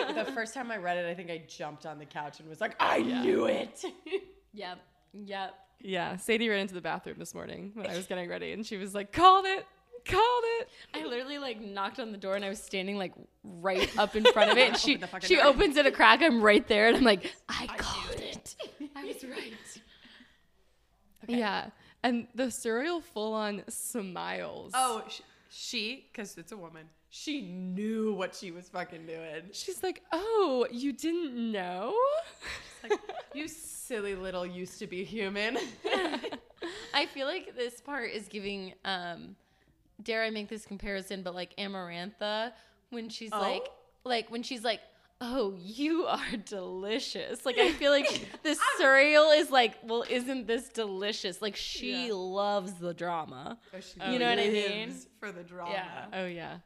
Speaker 3: Really? the first time I read it, I think I jumped on the couch and was like, I knew it. [laughs]
Speaker 1: yep, yep.
Speaker 2: yeah, Sadie ran into the bathroom this morning when I was getting ready, and she was like, called it, called it.
Speaker 1: I [laughs] literally like knocked on the door and I was standing like right up in front of it. [laughs] And she
Speaker 3: Open the fucking
Speaker 1: she
Speaker 3: door.
Speaker 1: opens it a crack. I'm right there and I'm like, I, called it. I was right.
Speaker 2: [laughs] Yeah, and the surreal full on smiles.
Speaker 3: oh, sh- she, because it's a woman, she knew what she was
Speaker 1: [laughs]
Speaker 3: fucking doing.
Speaker 2: she's like, oh, you didn't know?
Speaker 3: Like, you silly little used to
Speaker 1: [laughs]
Speaker 3: be human.
Speaker 1: I feel like this part is giving um dare I make this comparison, but like Amarantha when she's
Speaker 3: Oh?
Speaker 1: like like when she's like, Oh, you are delicious. Like I feel like
Speaker 3: [laughs]
Speaker 1: the cereal is like, well, isn't this delicious? Like she
Speaker 2: Yeah.
Speaker 1: loves the drama.
Speaker 3: you
Speaker 1: know what I mean?
Speaker 3: For the drama.
Speaker 1: Yeah.
Speaker 2: oh yeah,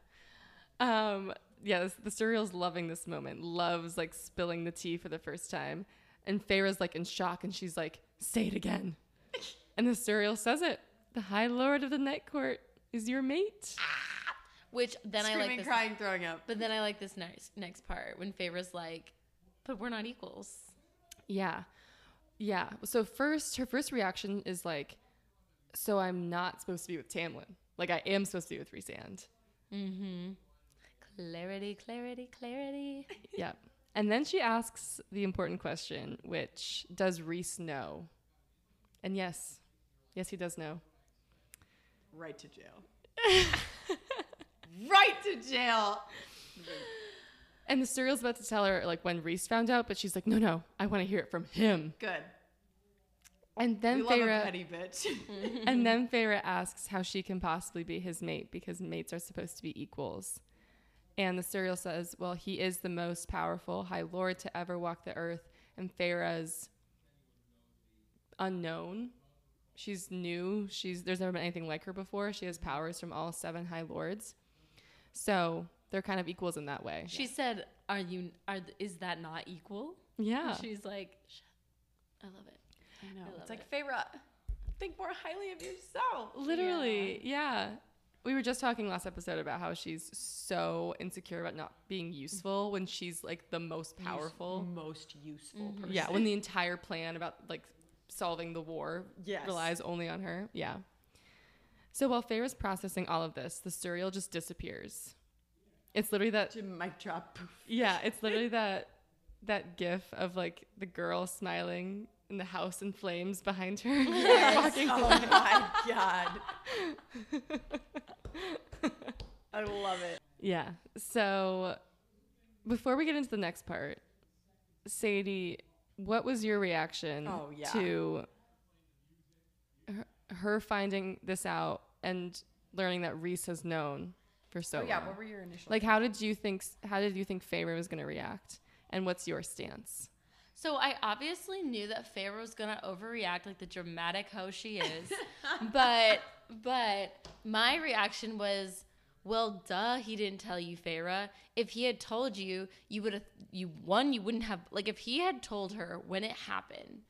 Speaker 2: um, yeah. this- The surreal's loving this moment. Loves like spilling the tea for the first time, and Feyre's like in shock, and she's like, "Say it again." [laughs] and the surreal says it. The High Lord of the Night Court is your mate.
Speaker 1: Which then I
Speaker 3: Screaming,
Speaker 1: like this.
Speaker 3: crying, throwing up.
Speaker 1: But then I like this next next part when Feyre's like, but we're not equals.
Speaker 2: Yeah. Yeah. So first her first reaction is like, so I'm not supposed to be with Tamlin. Like I am supposed to be with Resand.
Speaker 1: Clarity, clarity,
Speaker 3: [laughs]
Speaker 1: clarity.
Speaker 2: yeah. And then she asks the important question, which does Reese know? And yes. Yes, he does know.
Speaker 3: Right
Speaker 1: [laughs]
Speaker 3: to jail. right to jail.
Speaker 2: And the serial's about to tell her like when Reese found out, but she's like, No, no, I want to hear it from him.
Speaker 3: Good.
Speaker 2: And then
Speaker 3: we love
Speaker 2: Feyre-
Speaker 3: a petty bitch.
Speaker 1: [laughs]
Speaker 3: [laughs]
Speaker 2: and then Feyre asks how she can possibly be his mate because mates are supposed to be equals. And the serial says, "Well, he is the most powerful High Lord to ever walk the earth." And Feyre's unknown. She's new. She's there's never been anything like her before. She has powers from all seven High Lords, so they're kind of equals in that way.
Speaker 1: She said, "Are you? Are th- is that not equal?"
Speaker 2: yeah,
Speaker 1: She's like, "Sh- I love it.
Speaker 3: I know.
Speaker 1: love
Speaker 3: it's like, Feyre, think more highly of yourself.
Speaker 2: Literally, yeah. We were just talking last episode about how she's so insecure about not being useful when she's like the most powerful.
Speaker 3: Most useful
Speaker 1: Mm-hmm.
Speaker 3: person.
Speaker 2: Yeah, when the entire plan about like solving the war
Speaker 3: Yes.
Speaker 2: relies only on her. Yeah. So while Faye is processing all of this, the cereal just disappears. It's literally that
Speaker 3: Jim mic drop. Poof.
Speaker 2: yeah, it's literally that that gif of like the girl smiling and the house in flames behind
Speaker 3: [laughs]
Speaker 2: her. Walking
Speaker 3: Oh my god. I love it.
Speaker 2: Yeah. So before we get into the next part, Sadie, what was your reaction
Speaker 3: Oh, yeah.
Speaker 2: to her, her finding this out and learning that Reese has known for so
Speaker 3: Oh yeah,
Speaker 2: long?
Speaker 3: what were your initial
Speaker 2: like how did you think how did you think Favor was going to react? And what's your stance?
Speaker 1: So I obviously knew that Pharaoh was gonna overreact like the dramatic hoe she is, but but my reaction was, well, duh, he didn't tell you, Pharaoh. If he had told you, you would have you one, you wouldn't have like if he had told her when it happened,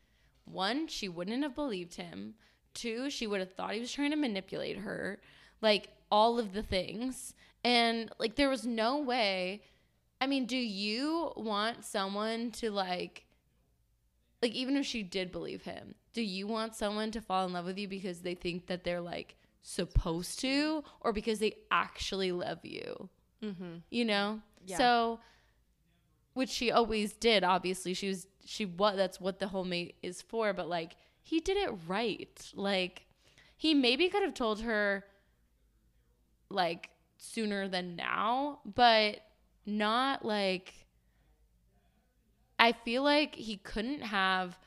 Speaker 1: one, she wouldn't have believed him. Two, she would have thought he was trying to manipulate her, like all of the things, and like there was no way I mean, do you want someone to like like even if she did believe him, do you want someone to fall in love with you because they think that they're like supposed to or because they actually love you?
Speaker 3: Mm-hmm.
Speaker 2: Mhm.
Speaker 1: You know?
Speaker 3: Yeah.
Speaker 1: So which she always did, obviously. She was she what that's what the whole mate is for, but like he did it right. Like he maybe could have told her like sooner than now, but not like I feel like he couldn't have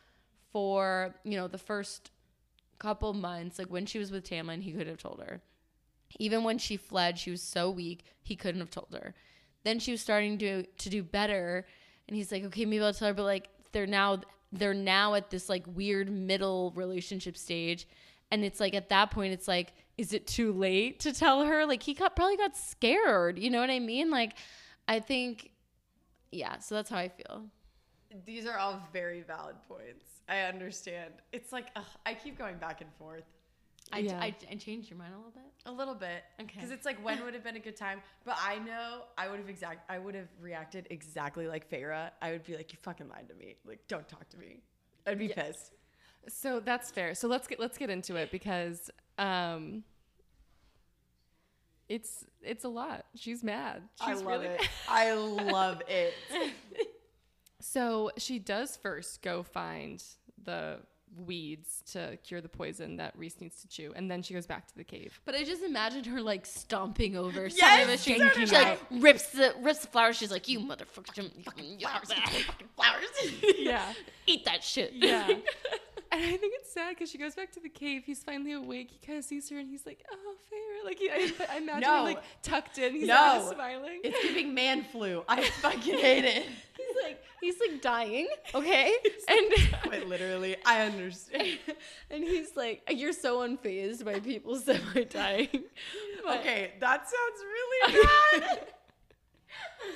Speaker 1: for, you know, the first couple months, like when she was with Tamlin, he could have told her. Even when she fled, she was so weak, he couldn't have told her. Then she was starting to to do better, and he's like, okay, maybe I'll tell her, but like they're now they're now at this like weird middle relationship stage, and it's like at that point, it's like, is it too late to tell her? Like he got probably got scared, you know what I mean? Like, I think, yeah. So that's how I feel.
Speaker 3: These are all very valid points. I understand. It's like ugh, I keep going back and forth
Speaker 1: I,
Speaker 2: Yeah.
Speaker 1: I, I changed your mind a little bit.
Speaker 3: a little bit
Speaker 1: Okay.
Speaker 3: because it's like when would have been a good time. But I know I would have exact. I would have reacted exactly like Farah. I would be like, "You fucking lied to me. Like, don't talk to me." I'd be pissed.
Speaker 2: So that's fair. So let's get let's get into it because um it's it's a lot. She's mad. She's
Speaker 3: I love [laughs]
Speaker 2: really
Speaker 3: it. I love it. [laughs]
Speaker 2: So she does first go find the weeds to cure the poison that Reese needs to chew, and then she goes back to the cave.
Speaker 1: But I just imagined her like stomping over
Speaker 3: Yes,
Speaker 1: some of the
Speaker 3: so
Speaker 1: shit.
Speaker 3: did
Speaker 1: She
Speaker 3: I.
Speaker 1: like rips the rips the flowers. She's like, "You motherfucker! you- you- you- fucking flowers! [laughs]
Speaker 2: Yeah.
Speaker 1: Eat that shit!" [laughs]
Speaker 2: Yeah. [laughs] and I think it's sad because she goes back to the cave. He's finally awake. He kind of sees her and he's like, oh, Feyre. Like, he, I, I imagine
Speaker 3: No.
Speaker 2: him, like, tucked in. He's kind
Speaker 3: No.
Speaker 2: of smiling.
Speaker 3: It's giving man flu. I fucking hate it.
Speaker 1: He's like, he's like dying, [laughs] okay?
Speaker 3: [laughs] Quite literally, I understand.
Speaker 1: and [laughs] and he's like, "You're so unfazed by people [laughs] semi [laughs] dying."
Speaker 3: Okay, that sounds [laughs] really
Speaker 1: [laughs]
Speaker 3: bad.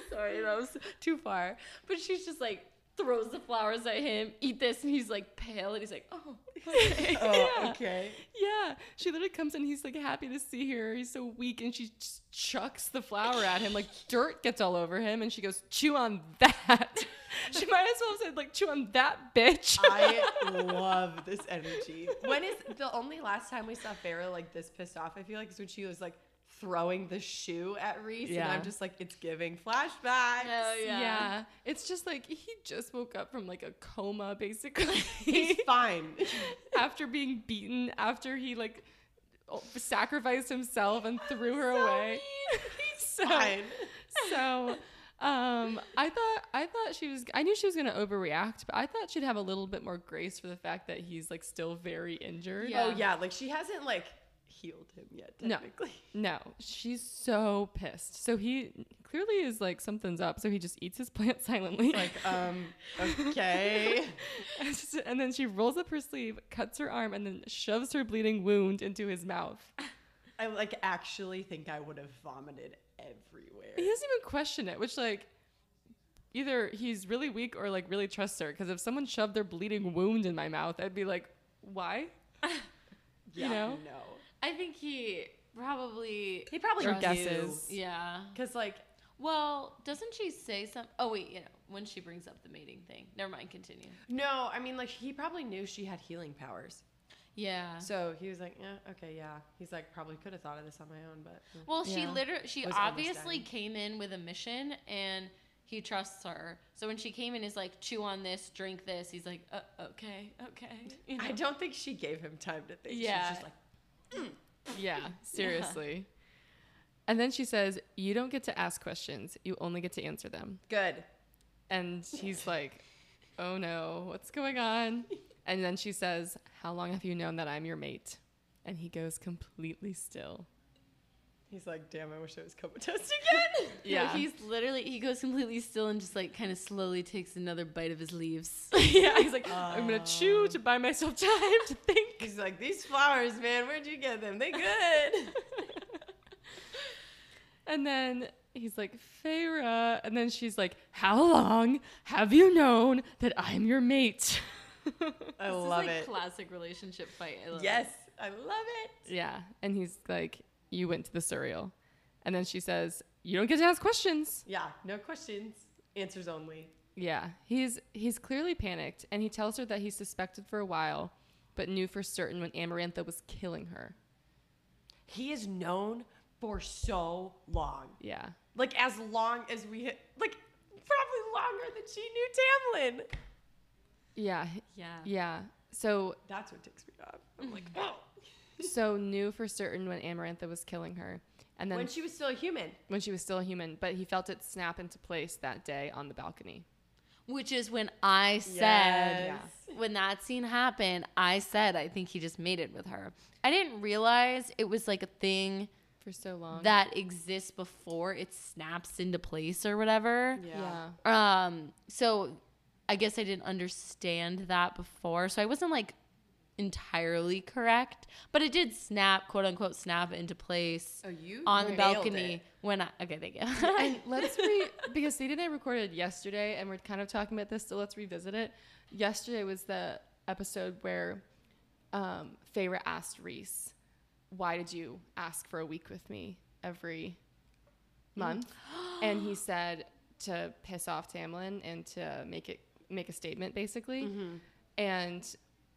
Speaker 1: Sorry, that was too far. But she's just like throws the flowers at him. Eat this, and he's like pale, and he's like, "Oh." okay."
Speaker 3: oh,
Speaker 2: Yeah.
Speaker 3: okay.
Speaker 2: Yeah. She literally comes in. He's like happy to see her. He's so weak. And she just chucks the flower at him. Like dirt gets all over him. And she goes, chew on that. [laughs] she might as well have said, like, chew on that bitch. [laughs]
Speaker 3: I love this energy. When is the only last time we saw Farrah like this pissed off? I feel like is when she was like throwing the shoe at Reese, and
Speaker 2: Yeah.
Speaker 3: I'm just like, it's giving flashbacks.
Speaker 1: Oh,
Speaker 2: yeah.
Speaker 1: Yeah.
Speaker 2: It's just like he just woke up from like a coma
Speaker 3: [laughs]
Speaker 2: basically [laughs]
Speaker 3: He's fine. [laughs]
Speaker 2: after being beaten after he like o- sacrificed himself and threw her away. [laughs] so
Speaker 3: fine.
Speaker 2: so um I thought I thought she was I knew she was going to overreact, but I thought she'd have a little bit more grace for the fact that he's like still very injured.
Speaker 1: Yeah.
Speaker 3: Oh yeah, like she hasn't like healed him yet.
Speaker 2: No.
Speaker 3: Technically,
Speaker 2: No, she's so pissed. So he clearly is like something's up. So he just eats his [laughs] plant silently.
Speaker 3: like [laughs] um, okay.
Speaker 2: And s- [laughs] and then she rolls up her sleeve, cuts her arm, and then shoves her bleeding wound into his mouth.
Speaker 3: I like actually think I would have vomited everywhere.
Speaker 2: He doesn't even question it, which like either he's really weak or like really trusts her. Because if someone shoved their bleeding wound in my mouth, I'd be like, why?
Speaker 3: Yeah,
Speaker 2: know?
Speaker 3: no.
Speaker 1: [laughs] I think he probably
Speaker 3: He probably
Speaker 2: Or
Speaker 3: knew.
Speaker 2: guesses.
Speaker 1: yeah.
Speaker 3: Cause like
Speaker 1: Well, doesn't she say something? Oh wait, you know, when she brings up the mating thing. Never mind. Continue.
Speaker 3: no, I mean like he probably knew she had healing powers.
Speaker 1: Yeah.
Speaker 3: So he was like, yeah, okay, yeah. He's like, probably could have thought of this on my own, but mm.
Speaker 1: Well, she
Speaker 2: Yeah.
Speaker 1: literally she
Speaker 3: Was almost
Speaker 1: obviously
Speaker 3: dying.
Speaker 1: came in with a mission and he trusts her. So when she came in is like chew on this, drink this. He's like, uh, "Okay, okay." You know?
Speaker 3: I don't think she gave him time to think.
Speaker 1: Yeah.
Speaker 3: She's just like,
Speaker 1: [laughs]
Speaker 2: Yeah, seriously. And then she says, You don't get to ask questions, you only get to answer them.
Speaker 3: good.
Speaker 2: And
Speaker 1: [laughs]
Speaker 2: he's like, Oh no, what's going on? And then she says, How long have you known that I'm your mate? And he goes
Speaker 1: [laughs]
Speaker 2: completely still.
Speaker 3: He's like, damn, I wish I was
Speaker 1: [laughs]
Speaker 3: comatose again.
Speaker 1: Yeah,
Speaker 2: Yeah.
Speaker 1: he's literally he goes completely still and just like kind of slowly takes another bite of his leaves.
Speaker 2: yeah, he's like, I'm gonna chew to buy myself time to think.
Speaker 3: He's like, these flowers, man, where'd you get them? They good.
Speaker 2: And then he's like, Feyre. And then she's like, How long have you known that I'm your mate?
Speaker 3: I
Speaker 1: This is,
Speaker 3: love
Speaker 1: like,
Speaker 3: it.
Speaker 1: Classic relationship
Speaker 2: [laughs]
Speaker 1: fight. I love
Speaker 3: yes,
Speaker 1: it.
Speaker 3: I love it.
Speaker 2: yeah. And he's like, You went to the cereal. And then she says, You don't get to ask questions.
Speaker 3: Yeah, no questions, answers only.
Speaker 2: Yeah. He's he's clearly panicked and he tells her that he suspected for a while, but knew for certain when Amarantha was killing her.
Speaker 3: He is known for so long.
Speaker 2: Yeah.
Speaker 3: Like, as long as we hit, like, probably longer than she knew Tamlin.
Speaker 2: Yeah.
Speaker 1: Yeah.
Speaker 2: Yeah. So
Speaker 3: That's what ticks me off. I'm like,
Speaker 1: Mm.
Speaker 3: oh.
Speaker 2: so knew for certain when Amarantha was killing her. And then
Speaker 3: When she was still a human.
Speaker 2: when she was still a human, but he felt it snap into place that day on the balcony.
Speaker 1: Which is when I said
Speaker 3: Yes.
Speaker 1: when that scene happened, I said I think he just made it with her. I didn't realize it was like a thing
Speaker 2: for so long.
Speaker 1: that exists before it snaps into place or whatever.
Speaker 2: yeah.
Speaker 1: Um, so I guess I didn't understand that before. So I wasn't like entirely correct, but it did snap, quote unquote, snap into place
Speaker 3: Oh, you
Speaker 1: on the
Speaker 3: nailed
Speaker 1: balcony
Speaker 3: it.
Speaker 1: when I, okay, thank you.
Speaker 2: and let's re because Sadie and I recorded yesterday, and we're kind of talking about this, so let's revisit it. Yesterday was the episode where um, Feyre asked Reese, "Why did you ask for a week with me every month?" and he said to piss off Tamlin and to make it make a statement, basically. And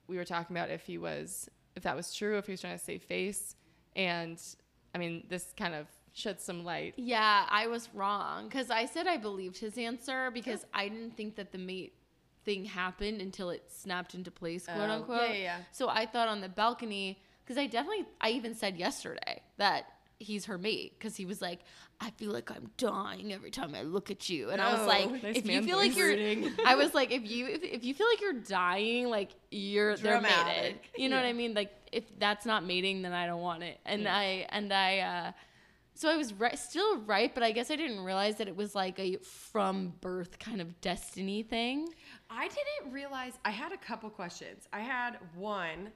Speaker 2: we were talking about if he was if that was true, if he was trying to save face, and I mean, this kind of sheds some light
Speaker 1: yeah, I was wrong because I said I believed his answer because I didn't think that the mate thing happened until it snapped into place, quote
Speaker 3: Oh, yeah,
Speaker 1: unquote.
Speaker 3: yeah, yeah.
Speaker 1: So I thought on the balcony because I definitely I even said yesterday that he's her mate because he was like I feel like I'm dying every time I look at you and I was
Speaker 3: No.
Speaker 1: like
Speaker 2: Nice
Speaker 1: if you
Speaker 2: man
Speaker 1: feel like
Speaker 2: voice.
Speaker 1: you're
Speaker 2: Brooding.
Speaker 1: I was like if you if, if you feel like you're dying like you're they're mated
Speaker 3: Dramatic.
Speaker 1: you know what I mean like if that's not mating then I don't want it and I and I uh so I was right, still right, but I guess I didn't realize that it was like a from birth kind of destiny thing.
Speaker 3: I didn't realize I had a couple questions. I had one.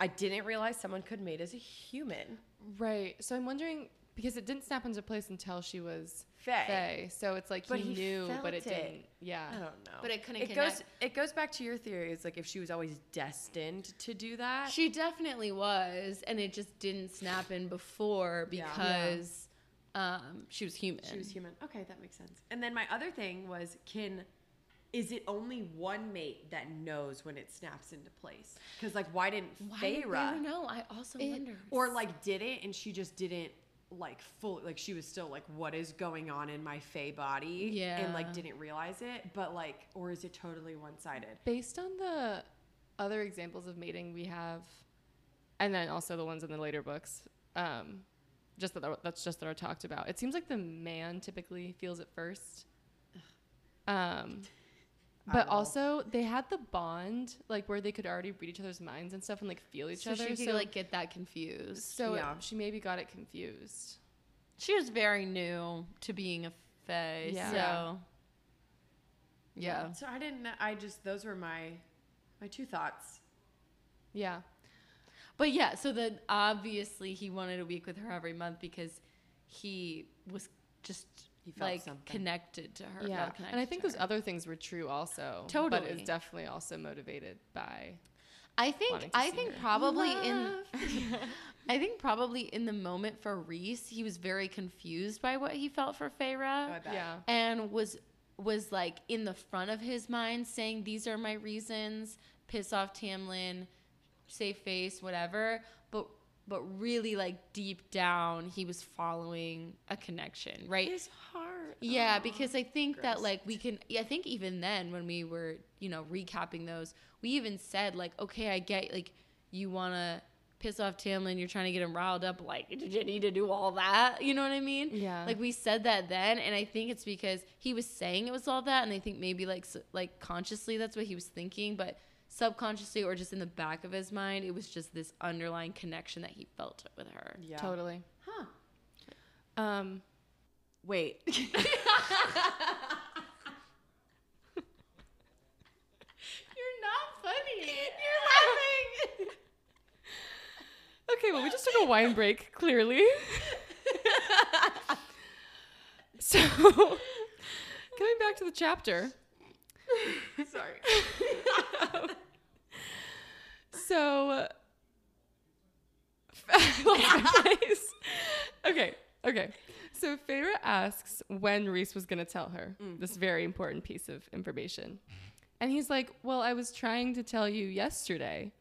Speaker 3: I didn't realize someone could mate as a human.
Speaker 2: Right. So I'm wondering because it didn't snap into place until she was
Speaker 3: Faye.
Speaker 2: Faye. So it's like
Speaker 3: But
Speaker 2: he,
Speaker 3: he
Speaker 2: knew,
Speaker 3: felt
Speaker 2: but it,
Speaker 3: it.
Speaker 2: didn't. Yeah.
Speaker 3: I don't know.
Speaker 1: But it couldn't
Speaker 3: It goes.
Speaker 1: connect.
Speaker 3: It goes back to your theory. It's like if she was always destined to do that.
Speaker 1: She definitely was, and it just didn't snap in before
Speaker 3: Yeah.
Speaker 1: because Um, she was human.
Speaker 3: She was human. Okay, that makes sense. And then my other thing was can is it only one mate that knows when it snaps into place? Because like why didn't
Speaker 1: Why did Feyre
Speaker 3: Feyre
Speaker 1: know? I also wonder.
Speaker 3: or like did it and she just didn't like fully like she was still like what is going on in my Fey body? And
Speaker 1: Yeah.
Speaker 3: like didn't realize it, but like or is it totally one sided?
Speaker 2: Based on the other examples of mating we have, and then also the ones in the later books, um, just that are- that's just that are talked about. It seems like the man typically feels it first. Um,
Speaker 3: I
Speaker 2: but
Speaker 3: will.
Speaker 2: also they had the bond like where they could already read each other's minds and stuff and like feel each
Speaker 1: so
Speaker 2: other.
Speaker 1: she could
Speaker 2: so
Speaker 1: like get that confused.
Speaker 2: so it-
Speaker 3: Yeah.
Speaker 2: she maybe got it confused.
Speaker 1: She was very new to being a fae,
Speaker 2: Yeah.
Speaker 1: so yeah.
Speaker 3: So I didn't know I just those were my my two thoughts.
Speaker 2: Yeah.
Speaker 1: But yeah, so then obviously he wanted a week with her every month because he was just
Speaker 3: He felt
Speaker 1: like
Speaker 3: something.
Speaker 1: connected to her.
Speaker 2: yeah,
Speaker 1: felt
Speaker 2: and I
Speaker 1: connected
Speaker 2: think
Speaker 1: to
Speaker 2: those
Speaker 1: her.
Speaker 2: other things were true also. but
Speaker 1: Totally.
Speaker 2: it's definitely also motivated by.
Speaker 1: I
Speaker 2: wanting
Speaker 1: think
Speaker 2: to
Speaker 1: I
Speaker 2: see
Speaker 1: think
Speaker 2: her.
Speaker 1: probably [laughs] in I think probably in the moment for Reese, he was very confused by what he felt for Feyre.
Speaker 3: Oh, I bet.
Speaker 2: Yeah,
Speaker 1: and was was like in the front of his mind saying these are my reasons piss off tamlin save face whatever but but really like deep down he was following a connection right
Speaker 3: His heart.
Speaker 1: yeah
Speaker 3: Aw.
Speaker 1: because i think that
Speaker 3: gross.
Speaker 1: like we can i think even then when we were you know recapping those we even said like okay i get like you want to piss off tamlin you're trying to get him riled up like [laughs] did you need to do all that you know what i mean
Speaker 2: Yeah.
Speaker 1: like we said that then and i think it's because he was saying it was all that and i think maybe like s like consciously that's what he was thinking but subconsciously or just in the back of his mind it was just this underlying connection that he felt with her
Speaker 3: Yeah.
Speaker 2: totally.
Speaker 3: Huh.
Speaker 2: Um,
Speaker 3: Wait.
Speaker 1: you're not funny you're laughing
Speaker 2: okay, well, we just took a wine break, clearly. [laughs] so, coming back to the chapter.
Speaker 1: [laughs]
Speaker 3: [laughs] Sorry.
Speaker 2: So, [laughs] I lost my place. okay, okay. So Feyre asks when Reese was going to tell her this very important piece of information, and he's like, "Well, I was trying to tell you yesterday,"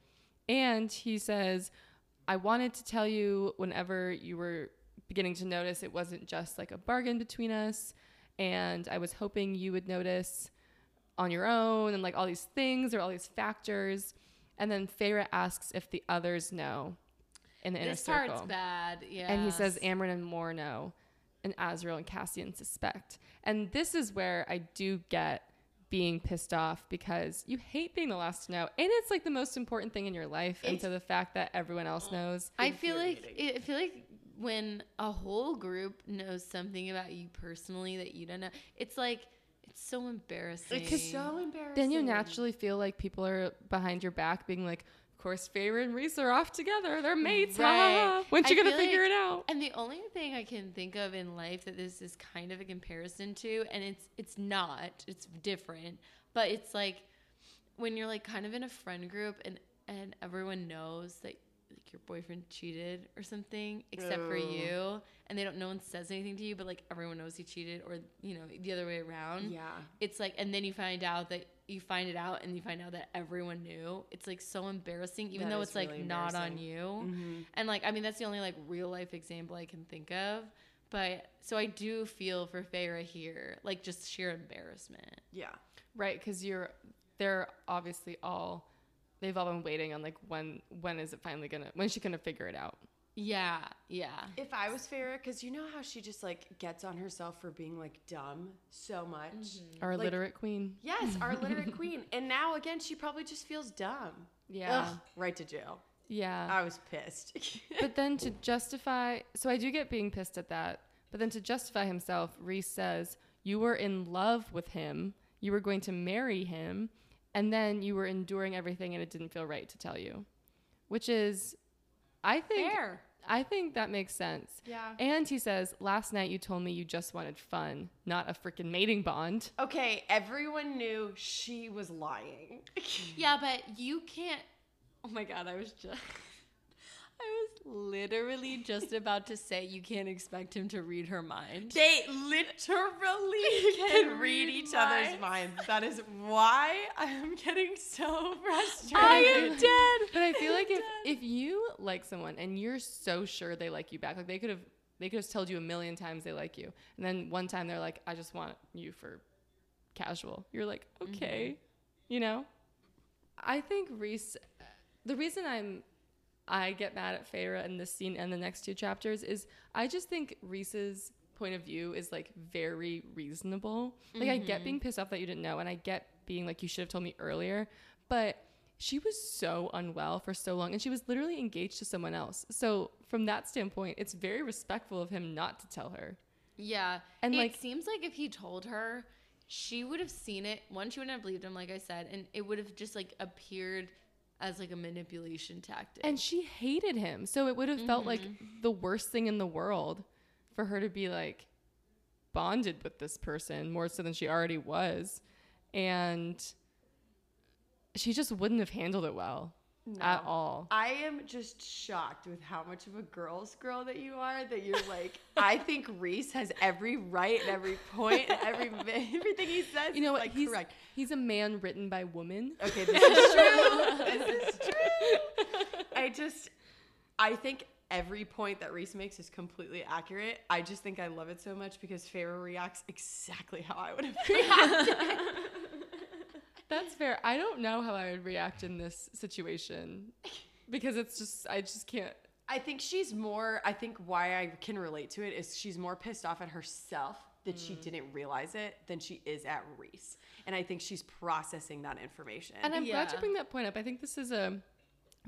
Speaker 2: and he says, "I wanted to tell you whenever you were beginning to notice it wasn't just like a bargain between us, and I was hoping you would notice." on your own and like all these things or all these factors. And then Feyre asks if the others know in
Speaker 1: [laughs]
Speaker 2: the inner
Speaker 1: this
Speaker 2: circle.
Speaker 1: part's bad yeah
Speaker 2: And he says Amryn and Mor know, and Azrael and Cassian suspect. And this is where I do get being pissed off because you hate being the last to know. And it's like the most important thing in your life. And
Speaker 1: It's-
Speaker 2: so the fact that everyone else knows.
Speaker 1: I feel like
Speaker 3: infuriating.
Speaker 1: I feel like when a whole group knows something about you personally that you don't know, it's like it's so embarrassing.
Speaker 3: It's so embarrassing.
Speaker 2: Then you naturally feel like people are behind your back being like, of course, Favor and Reese are off together. They're mates. ha, ha, ha.
Speaker 1: Right.
Speaker 2: When's you
Speaker 1: I
Speaker 2: going to
Speaker 1: feel
Speaker 2: figure
Speaker 1: like-
Speaker 2: it out?
Speaker 1: And the only thing I can think of in life that this is kind of a comparison to, and it's it's not, it's different, but it's like when you're like kind of in a friend group and and everyone knows that like your boyfriend cheated or something except for
Speaker 3: Oh.
Speaker 1: you and they don't no one says anything to you but like everyone knows he cheated or you know the other way around
Speaker 3: Yeah.
Speaker 1: it's like and then you find out that you find it out and you find out that everyone knew it's like so embarrassing even
Speaker 3: That
Speaker 1: though
Speaker 3: is
Speaker 1: it's like
Speaker 3: really
Speaker 1: not on
Speaker 3: embarrassing.
Speaker 1: you
Speaker 3: Mhm.
Speaker 1: and like i mean that's the only like real life example i can think of but so i do feel for Feyre here like just sheer embarrassment
Speaker 3: Yeah.
Speaker 2: Right. Because you're, they're obviously all, they've all been waiting on like, when, when is it finally going to, when's she going to figure it out?
Speaker 1: yeah yeah
Speaker 3: If I was Farrah, because you know how she just like gets on herself for being like dumb so much.
Speaker 2: Our
Speaker 3: Like-
Speaker 2: illiterate queen.
Speaker 3: Yes, our literate [laughs] queen. And now again, she probably just feels dumb.
Speaker 2: Yeah.
Speaker 3: Ugh, right to jail.
Speaker 2: Yeah.
Speaker 3: I was pissed. [laughs]
Speaker 2: but then to justify, so I do get being pissed at that. But then to justify himself, Reese says, You were in love with him, you were going to marry him, and then you were enduring everything and it didn't feel right to tell you. Which is, I think,
Speaker 1: fair
Speaker 2: I think that makes sense.
Speaker 3: yeah.
Speaker 2: And he says, Last night you told me you just wanted fun, not a freaking mating bond.
Speaker 3: Okay, everyone knew she was lying. [laughs]
Speaker 1: yeah but you can't oh my god [laughs] i was just i was literally just about to say you can't expect him to read her mind
Speaker 3: They literally [laughs] can, read,
Speaker 1: read
Speaker 3: each other's
Speaker 1: minds.
Speaker 3: minds. That is why I'm getting so
Speaker 1: [laughs]
Speaker 3: frustrated.
Speaker 1: I am
Speaker 2: dead. But I feel like if, if you like someone and you're so sure they like you back, like they could have they could have told you a million times they like you, and then one time they're like, I just want you for casual. You're like, okay, you know. I think Reese. The reason I'm I get mad at Feyre in this scene and the next two chapters is I just think Reese's point of view is like very reasonable. Like I get being pissed off that you didn't know and I get being like you should have told me earlier, but she was so unwell for so long and she was literally engaged to someone else. So from that standpoint, it's very respectful of him not to tell her.
Speaker 1: Yeah.
Speaker 2: And,
Speaker 1: And it
Speaker 2: like-
Speaker 1: seems like if he told her, she would have seen it. One, she wouldn't have believed him, like I said, and it would have just like appeared as like a manipulation tactic.
Speaker 2: And she hated him. So it would have felt like
Speaker 3: Mm-hmm.
Speaker 2: the worst thing in the world for her to be like bonded with this person more so than she already was. And she just wouldn't have handled it well at all.
Speaker 3: I am just shocked with how much of a girl's girl that you are. That you're like,
Speaker 2: [laughs]
Speaker 3: I think Reese has every right and every point and
Speaker 2: [laughs]
Speaker 3: every everything he says.
Speaker 2: You know
Speaker 3: is,
Speaker 2: what?
Speaker 3: Like
Speaker 2: he's,
Speaker 3: correct.
Speaker 2: he's a man written by woman.
Speaker 3: Okay, this
Speaker 2: [laughs]
Speaker 3: is true. this is true. I just, I think every point that Reese makes is completely accurate. I just think I love it so much because Farrah reacts exactly how I would
Speaker 2: [laughs]
Speaker 3: have reacted.
Speaker 2: That's fair. I don't know how I would react in this
Speaker 3: [laughs]
Speaker 2: situation because it's just, I just can't.
Speaker 3: I think she's more. I think why I can relate to it is she's more pissed off at herself that
Speaker 2: Mm.
Speaker 3: she didn't realize it than she is at Reese, and I think she's processing that information.
Speaker 2: And I'm glad you
Speaker 1: Yeah.
Speaker 2: bring that point up. I think this is a. I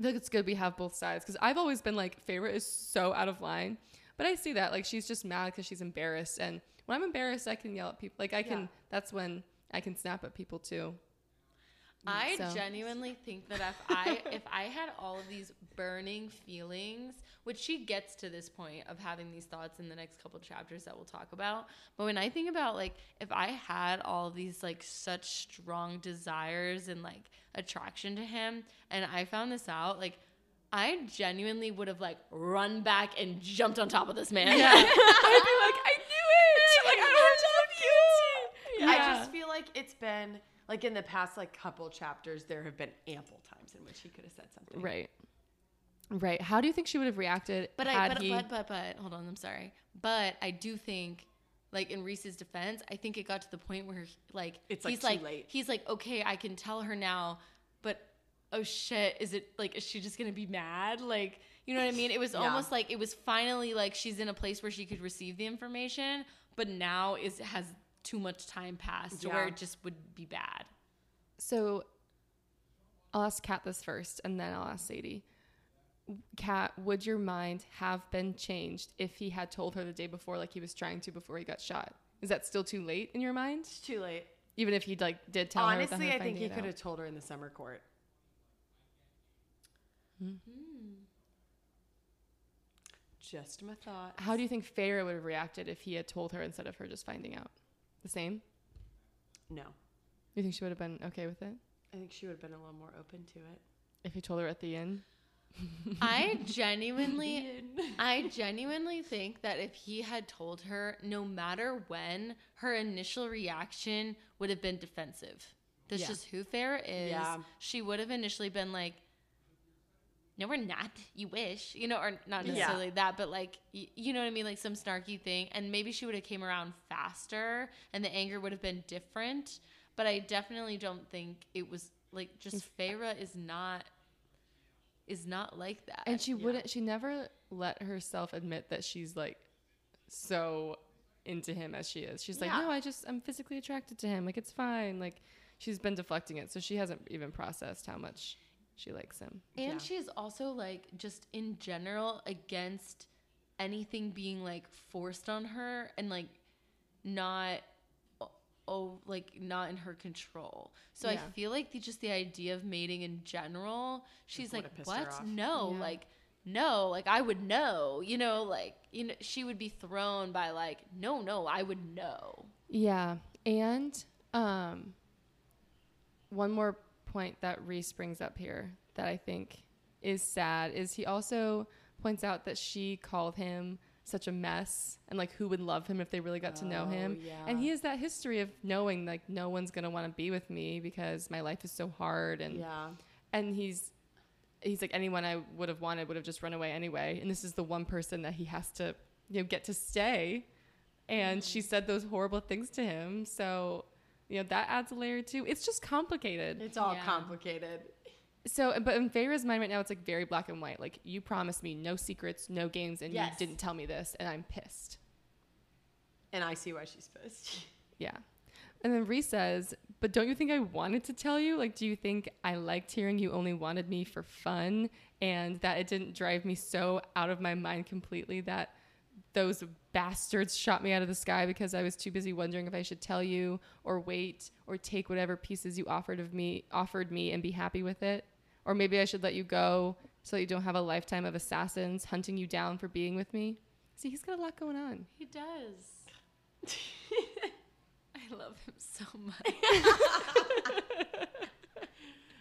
Speaker 2: feel like it's good we have both sides because I've always been like, Feyre is so out of line, but I see that like she's just mad because she's embarrassed, and when I'm embarrassed, I can yell at people. Like I can.
Speaker 3: Yeah.
Speaker 2: That's when I can snap at people too.
Speaker 1: I
Speaker 2: so-
Speaker 1: genuinely think that if
Speaker 2: [laughs]
Speaker 1: I if I had all of these burning feelings, which she gets to this point of having these thoughts in the next couple chapters that we'll talk about, but when I think about like if I had all of these like such strong desires and like attraction to him and I found this out, like I genuinely would have like run back and jumped on top of this man. [laughs]
Speaker 2: I'd be like, I [laughs] knew it. Like I don't have to
Speaker 3: I
Speaker 2: Yeah.
Speaker 3: just feel like it's been like in the past like couple chapters there have been ample times in which he could have said something.
Speaker 2: right. Right. How do you think she would have reacted?
Speaker 1: But I
Speaker 2: had
Speaker 1: but,
Speaker 2: he-
Speaker 1: but but but hold on, I'm sorry. But I do think like in Reese's defense, I think it got to the point where he- like
Speaker 3: It's, like,
Speaker 1: he's
Speaker 3: too
Speaker 1: like
Speaker 3: late.
Speaker 1: he's like okay, I can tell her now, but oh shit, is it like is she just going to be mad? Like you know what I mean? It was
Speaker 3: [laughs] Yeah.
Speaker 1: almost like it was finally like she's in a place where she could receive the information, but now is has too much time passed to
Speaker 3: Yeah.
Speaker 1: where it just would be
Speaker 3: [laughs]
Speaker 1: bad.
Speaker 2: So I'll ask Kat this first and then I'll ask Sadie. Kat, would your mind have been changed if he had told her the day before, like he was trying to before he got shot? Is that still too late in your mind?
Speaker 3: It's too late.
Speaker 2: Even if he like did tell her.
Speaker 3: Honestly,
Speaker 2: without her
Speaker 3: I think
Speaker 2: finding
Speaker 3: he
Speaker 2: it
Speaker 3: could
Speaker 2: out?
Speaker 3: have told her in the summer court.
Speaker 2: Hmm.
Speaker 3: Hmm. Just my thought.
Speaker 2: How do you think Feyre would have reacted if he had told her instead of her just finding out? The same?
Speaker 3: No,
Speaker 2: You think she would have been okay with it
Speaker 3: I think she would have been a little more open to it.
Speaker 2: if he told her at the end?
Speaker 1: I genuinely I genuinely think that if he had told her no matter when, her initial reaction would have been defensive. That's
Speaker 2: Yeah.
Speaker 1: just who Farrah is.
Speaker 3: Yeah.
Speaker 1: She would have initially been like, No, we're not. You wish. You know, or not
Speaker 3: Yeah.
Speaker 1: necessarily that, but like y- you know what I mean? Like some snarky thing. And maybe she would have came around faster and the anger would have been different. But I definitely don't think it was like just Farah is not is not like that.
Speaker 2: And she wouldn't. She never let herself admit that she's like so into him as she is. She's like,
Speaker 1: Yeah.
Speaker 2: no, I just I'm physically attracted to him. Like it's fine. Like she's been deflecting it, so she hasn't even processed how much she likes him.
Speaker 1: And
Speaker 3: Yeah.
Speaker 1: she is also like just in general against anything being like forced on her and like not oh like not in her control. So
Speaker 2: Yeah.
Speaker 1: I feel like the, just the idea of mating in general, she's
Speaker 3: would've
Speaker 1: like,
Speaker 3: pissed her
Speaker 1: "What?
Speaker 3: off."
Speaker 1: No,
Speaker 2: Yeah.
Speaker 1: like no, like I would know." You know, like you know she would be thrown by like, "No, no, I would know."
Speaker 2: Yeah, and um, one more point that Reese brings up here that I think is sad is he also points out that she called him such a mess and like who would love him if they really got to know
Speaker 3: Oh,
Speaker 2: him
Speaker 3: yeah.
Speaker 2: and he has that history of knowing like no one's gonna want to be with me because my life is so hard and
Speaker 3: Yeah.
Speaker 2: and he's he's like anyone I would have wanted would have just run away anyway and this is the one person that he has to you know get to stay and she
Speaker 3: Mm-hmm.
Speaker 2: said those horrible things to him so you know that adds a layer too it's just complicated
Speaker 3: It's all
Speaker 1: Yeah.
Speaker 3: complicated.
Speaker 2: so but in Feyre's mind right now it's like very black and white like you promised me no secrets no games and
Speaker 3: Yes.
Speaker 2: you didn't tell me this and I'm pissed
Speaker 3: And I see why she's pissed.
Speaker 2: yeah and then Reese says but don't you think I wanted to tell you like do you think I liked hearing you only wanted me for fun and that it didn't drive me so out of my mind completely that those bastards shot me out of the sky because I was too busy wondering if I should tell you or wait or take whatever pieces you offered of me offered me and be happy with it. Or maybe I should let you go so that you don't have a lifetime of assassins hunting you down for being with me. See, he's got a lot going on.
Speaker 1: He does. [laughs] I love him so much.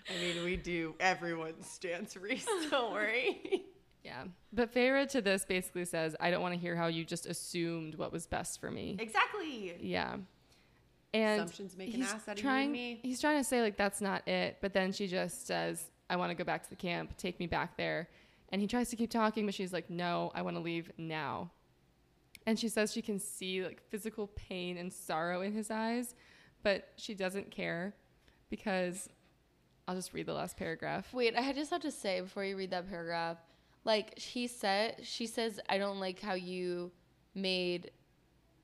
Speaker 3: I mean, we do. Everyone stands Reese. [laughs] Don't worry.
Speaker 2: Yeah. But Feyre to this basically says, I don't want to hear how you just assumed what was best for me.
Speaker 3: exactly.
Speaker 2: Yeah. And
Speaker 3: Assumptions make an
Speaker 2: he's
Speaker 3: ass out of you
Speaker 2: trying,
Speaker 3: and me.
Speaker 2: He's trying to say like that's not it, but then she just says, "I want to go back to the camp. Take me back there." And he tries to keep talking, but she's like, "No, I want to leave now." And she says she can see like physical pain and sorrow in his eyes, but she doesn't care because I'll just read the last paragraph.
Speaker 1: Wait, I just have to say before you read that paragraph, like he said, she says, "I don't like how you made."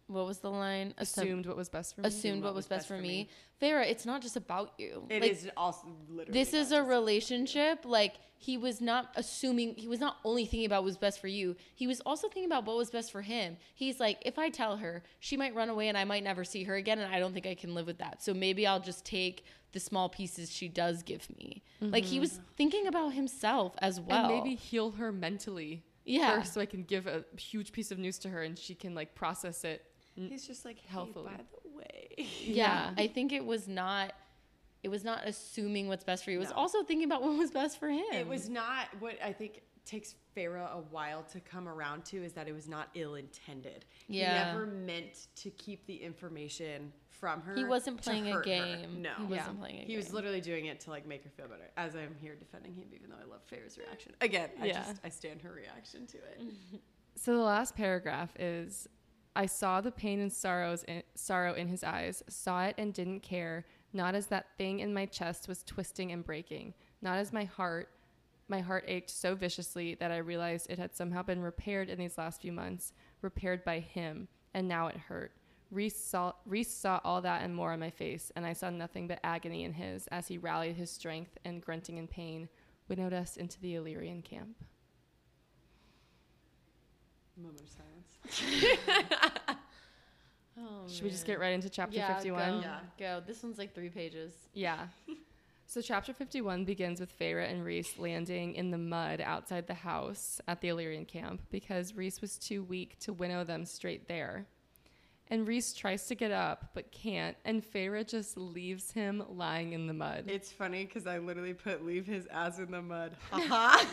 Speaker 1: What was the line? Assum-
Speaker 2: Assumed what was best for me.
Speaker 1: assumed what was best for me. Farah, it's not just about you.
Speaker 3: It
Speaker 1: like,
Speaker 3: is also literally.
Speaker 1: This is a
Speaker 3: not just-
Speaker 1: relationship. Like he was not assuming. He was not only thinking about what was best for you. He was also thinking about what was best for him. He's like, if I tell her, she might run away, and I might never see her again, and I don't think I can live with that. So maybe I'll just take the small pieces she does give me. Like he
Speaker 3: Mm-hmm.
Speaker 1: was thinking about himself as well.
Speaker 2: and maybe heal her mentally.
Speaker 1: Yeah.
Speaker 2: First, so I can give a huge piece of news to her and she can like process it
Speaker 3: He's just like, hey,
Speaker 2: Healthily.
Speaker 3: by the way.
Speaker 1: yeah,
Speaker 2: Yeah.
Speaker 1: I think it was not. It was not assuming what's best for you. It was
Speaker 3: No.
Speaker 1: also thinking about what was best for him.
Speaker 3: It was not what I think takes Farah a while to come around to is that it was not ill intended.
Speaker 1: Yeah.
Speaker 3: He never meant to keep the information from her.
Speaker 1: He wasn't
Speaker 3: to
Speaker 1: playing a
Speaker 3: hurt her.
Speaker 1: game.
Speaker 3: No.
Speaker 1: he wasn't
Speaker 2: Yeah.
Speaker 1: playing a game.
Speaker 3: He was literally doing it to like make her feel better. As I'm here defending him, even though I love Farah's reaction. Again, I
Speaker 2: Yeah.
Speaker 3: just I stand her reaction to it.
Speaker 2: So the last paragraph is I saw the pain and sorrows in, sorrow in his eyes, saw it and didn't care, not as that thing in my chest was twisting and breaking, not as my heart my heart ached so viciously that I realized it had somehow been repaired in these last few months, repaired by him, and now it hurt. Reese saw, Reese saw all that and more on my face, and I saw nothing but agony in his as he rallied his strength and grunting in pain widowed us into the Illyrian camp.
Speaker 3: Moment of silence.
Speaker 1: Oh,
Speaker 2: Should we just
Speaker 1: man.
Speaker 2: get right into chapter
Speaker 1: yeah,
Speaker 2: 51?
Speaker 1: Go,
Speaker 3: Yeah.
Speaker 1: go. This one's like three pages.
Speaker 2: Yeah. [laughs] So chapter 51 begins with Feyre and Reese landing in the mud outside the house at the Illyrian camp because Reese was too weak to winnow them straight there. And Reese tries to get up but can't, and Feyre just leaves him lying in the mud.
Speaker 3: It's funny because I literally put leave his ass in the mud. Haha.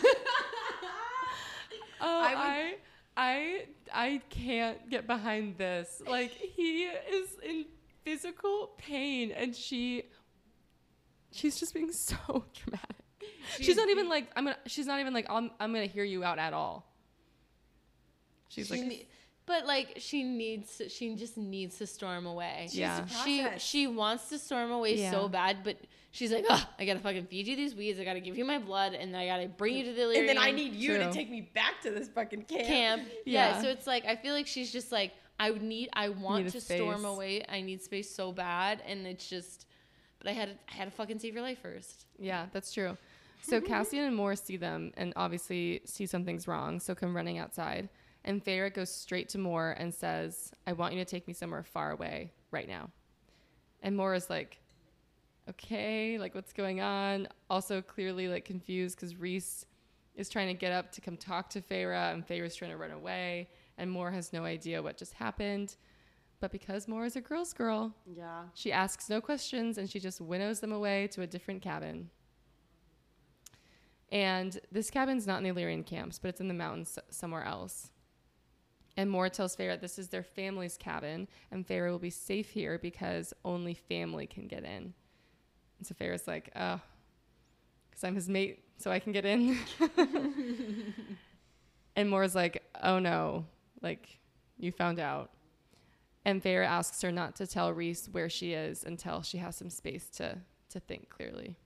Speaker 2: Oh,
Speaker 3: I would-
Speaker 2: I, I, I can't get behind this. Like he is in physical pain, and she, she's just being so [laughs] dramatic. She's,
Speaker 3: She's
Speaker 2: not even like I'm gonna. She's not even like I'm. I'm gonna hear you out at all. She's
Speaker 1: She
Speaker 2: like,
Speaker 1: ne- but like she needs, to, she just needs to storm away.
Speaker 2: She has to
Speaker 1: she
Speaker 3: process.
Speaker 1: she wants to storm away
Speaker 2: Yeah.
Speaker 1: so bad, but she's like, oh, I gotta fucking feed you these weeds. I gotta give you my blood, and I gotta bring you to the Illyrian
Speaker 3: and then I need you to
Speaker 2: True.
Speaker 3: take me back to this fucking camp.
Speaker 2: [laughs]
Speaker 1: camp. Yeah.
Speaker 2: Yeah.
Speaker 1: So it's like I feel like she's just like I would need, I want
Speaker 2: Need a
Speaker 1: to storm
Speaker 2: space.
Speaker 1: away. I need space so bad, and it's just, but I had, to- I had to fucking save your life first.
Speaker 2: yeah, that's true. So Cassian and Moore see them and obviously see something's wrong, so come running outside. And Feyre goes straight to Moore and says, I want you to take me somewhere far away right now. And Moore is like, okay, like what's going on? Also clearly like confused because Reese is trying to get up to come talk to Feyre and Feyre's trying to run away. And Moore has no idea what just happened. But because Moore is a girl's girl,
Speaker 3: Yeah.
Speaker 2: She asks no questions and she just winnows them away to a different cabin. And this cabin's not in the Illyrian camps, but it's in the mountains s- somewhere else. And Moore tells Feyre this is their family's cabin, and Feyre will be safe here because only family can get in. And so Feyre's like, oh, because I'm his mate, so I can get in. [laughs] and Moore's like, oh no, like, you found out. And Vera asks her not to tell Reese where she is until she has some space to, to think clearly.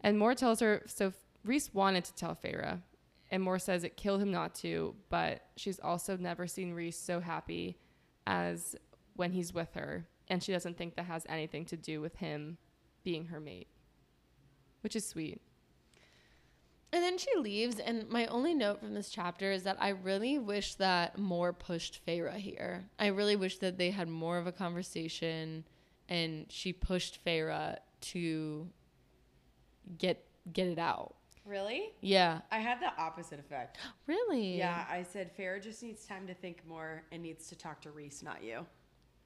Speaker 2: And Moore tells her, so Reese wanted to tell Feyre, and Moore says it killed him not to, but she's also never seen Reese so happy as when he's with her, and she doesn't think that has anything to do with him being her mate, which is sweet.
Speaker 1: And then she leaves, and my only note from this chapter is that I really wish that more pushed Feyre here. I really wish that they had more of a conversation, and she pushed Feyre to get get it out.
Speaker 3: Really?
Speaker 1: Yeah,
Speaker 3: I had the opposite effect.
Speaker 1: really.
Speaker 3: Yeah, I said Farrah just needs time to think more and needs to talk to Reese, not you.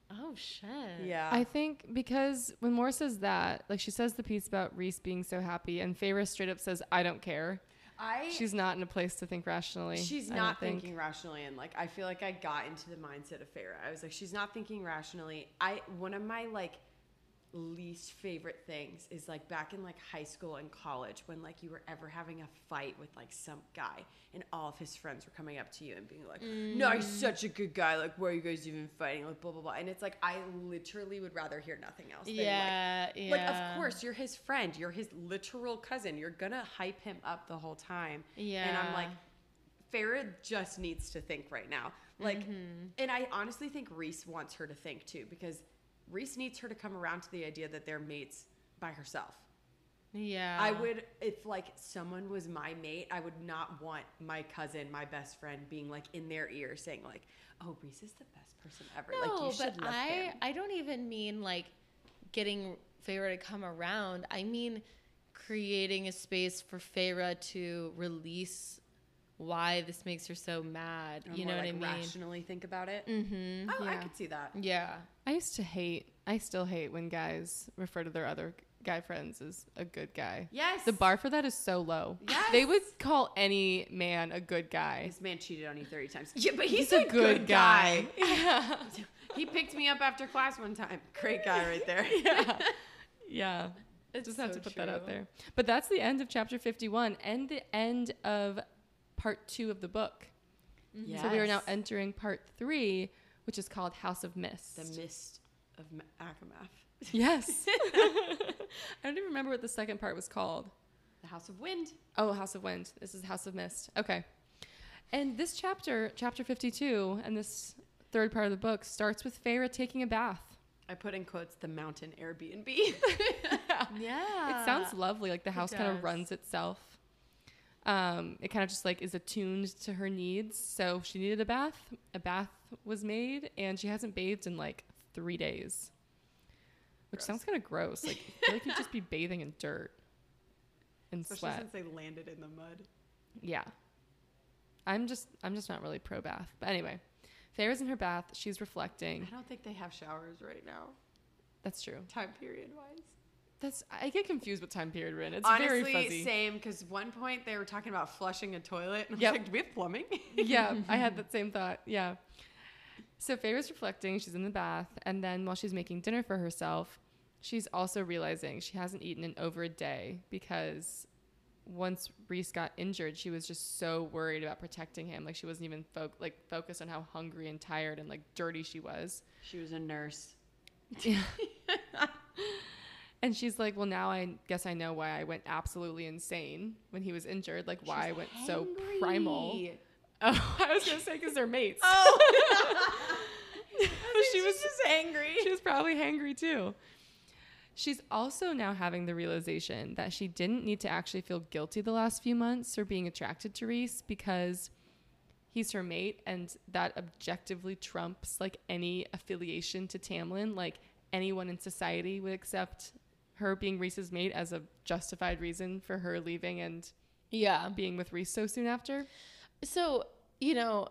Speaker 1: Oh shit.
Speaker 3: Yeah.
Speaker 2: I think because when Moore says that, like she says the piece about Reese being so happy, and Feyre straight up says, I don't care.
Speaker 3: I
Speaker 2: She's not in a place to think rationally.
Speaker 3: She's
Speaker 2: I
Speaker 3: not
Speaker 2: don't think.
Speaker 3: thinking rationally, and like I feel like I got into the mindset of Farah. I was like, she's not thinking rationally. I one of my like least favorite things is like back in like high school and college when like you were ever having a fight with like some guy and all of his friends were coming up to you and being like, "No, he's
Speaker 2: Mm.
Speaker 3: such a good guy. Like, why are you guys even fighting? Like, blah blah blah." And it's like I literally would rather hear nothing else. Than, like,
Speaker 1: Yeah. yeah.
Speaker 3: like, of course, you're his friend. You're his literal cousin. You're going to hype him up the whole time. And I'm
Speaker 1: Yeah.
Speaker 3: like, Farah just needs to think right now. Like,
Speaker 1: Mm-hmm.
Speaker 3: and I honestly think Reese wants her to think too, because Reese needs her to come around to the idea that they're mates by herself.
Speaker 1: Yeah.
Speaker 3: I would, if like someone was my mate, I would not want my cousin, my best friend, being like in their ear saying, like, oh, Reese is the best person ever.
Speaker 1: No,
Speaker 3: like, you should
Speaker 1: but
Speaker 3: love
Speaker 1: I
Speaker 3: him.
Speaker 1: I don't even mean like getting Feyre to come around. I mean creating a space for Feyre to release why this makes her so mad.
Speaker 3: Or
Speaker 1: you know
Speaker 3: more,
Speaker 1: what
Speaker 3: like,
Speaker 1: I mean?
Speaker 3: Rationally think about it.
Speaker 1: Mm-hmm.
Speaker 3: Oh, I
Speaker 2: Yeah.
Speaker 3: could see that.
Speaker 1: Yeah. [laughs]
Speaker 2: I used to hate. I still hate when guys refer to their other guy friends as a good guy.
Speaker 3: Yes.
Speaker 2: The bar for that is so low.
Speaker 3: Yes.
Speaker 2: They would call any man a good guy.
Speaker 3: This man cheated on you 30 times. Yeah, but he's,
Speaker 2: He's
Speaker 3: a,
Speaker 2: a
Speaker 3: good,
Speaker 2: good
Speaker 3: guy.
Speaker 2: guy.
Speaker 3: [laughs]
Speaker 2: [laughs]
Speaker 3: he picked me up after class one time. Great guy right
Speaker 2: [laughs]
Speaker 3: there. [laughs]
Speaker 2: Yeah.
Speaker 1: It's
Speaker 2: Just have to put that out there. But that's the end of chapter 51 and the end of part two of the book. So we are now
Speaker 3: Yes.
Speaker 2: entering part three, which is called House of Mist.
Speaker 3: The mist of Ma- Akamath. [laughs]
Speaker 2: yes. [laughs] I don't even remember what the second part was called.
Speaker 3: The House of Wind.
Speaker 2: Oh, House of Wind. This is House of Mist. Okay. And this chapter, chapter 52, and this third part of the book, starts with Feyre taking a bath.
Speaker 3: I put in quotes the mountain [laughs] Airbnb.
Speaker 1: Yeah.
Speaker 2: it sounds lovely. Like the house kind
Speaker 1: Ah, does.
Speaker 2: of runs itself. Um, it kind of just like is attuned to her needs. So she needed a bath. A bath was made, and she hasn't bathed in like three days, which
Speaker 3: Gross.
Speaker 2: sounds kind of gross. Like I feel like you'd just be bathing in dirt
Speaker 3: [laughs]
Speaker 2: and
Speaker 3: Especially
Speaker 2: sweat.
Speaker 3: since they landed in the mud.
Speaker 2: Yeah. I'm just I'm just not really pro bath. But anyway, Feyre's in her bath. She's reflecting.
Speaker 3: I don't think they have showers right now,
Speaker 2: That's true.
Speaker 3: time period wise.
Speaker 2: That's I get confused with time period we're in. It's very
Speaker 3: Honestly,
Speaker 2: fuzzy.
Speaker 3: same. Because one point they were talking about flushing a toilet, and I was
Speaker 2: Yep.
Speaker 3: like, "Do we have plumbing?"
Speaker 2: [laughs] yeah, I had
Speaker 3: [laughs]
Speaker 2: that same thought. Yeah. So Feyre's reflecting. She's in the bath, and then while she's making dinner for herself, she's also realizing she hasn't eaten in over a day because once Reese got injured, she was just so worried about protecting him. Like she wasn't even fo- like focused on how hungry and tired and like dirty she was.
Speaker 3: She was a [laughs] nurse.
Speaker 2: And she's like, "Well, now I guess I know why I went absolutely insane when he was injured. Like why I went so primal." Oh, [laughs] I was gonna say because they're mates. [laughs]
Speaker 3: Oh, [laughs]
Speaker 2: she was
Speaker 3: just angry.
Speaker 2: she was probably hangry too. She's also now having the realization that she didn't need to actually feel guilty the last few months for being attracted to Reese because he's her mate and that objectively trumps like any affiliation to Tamlin. Like anyone in society would accept her being Reese's mate as a justified reason for her leaving and
Speaker 1: yeah.
Speaker 2: being with Reese so soon after.
Speaker 1: So, you know,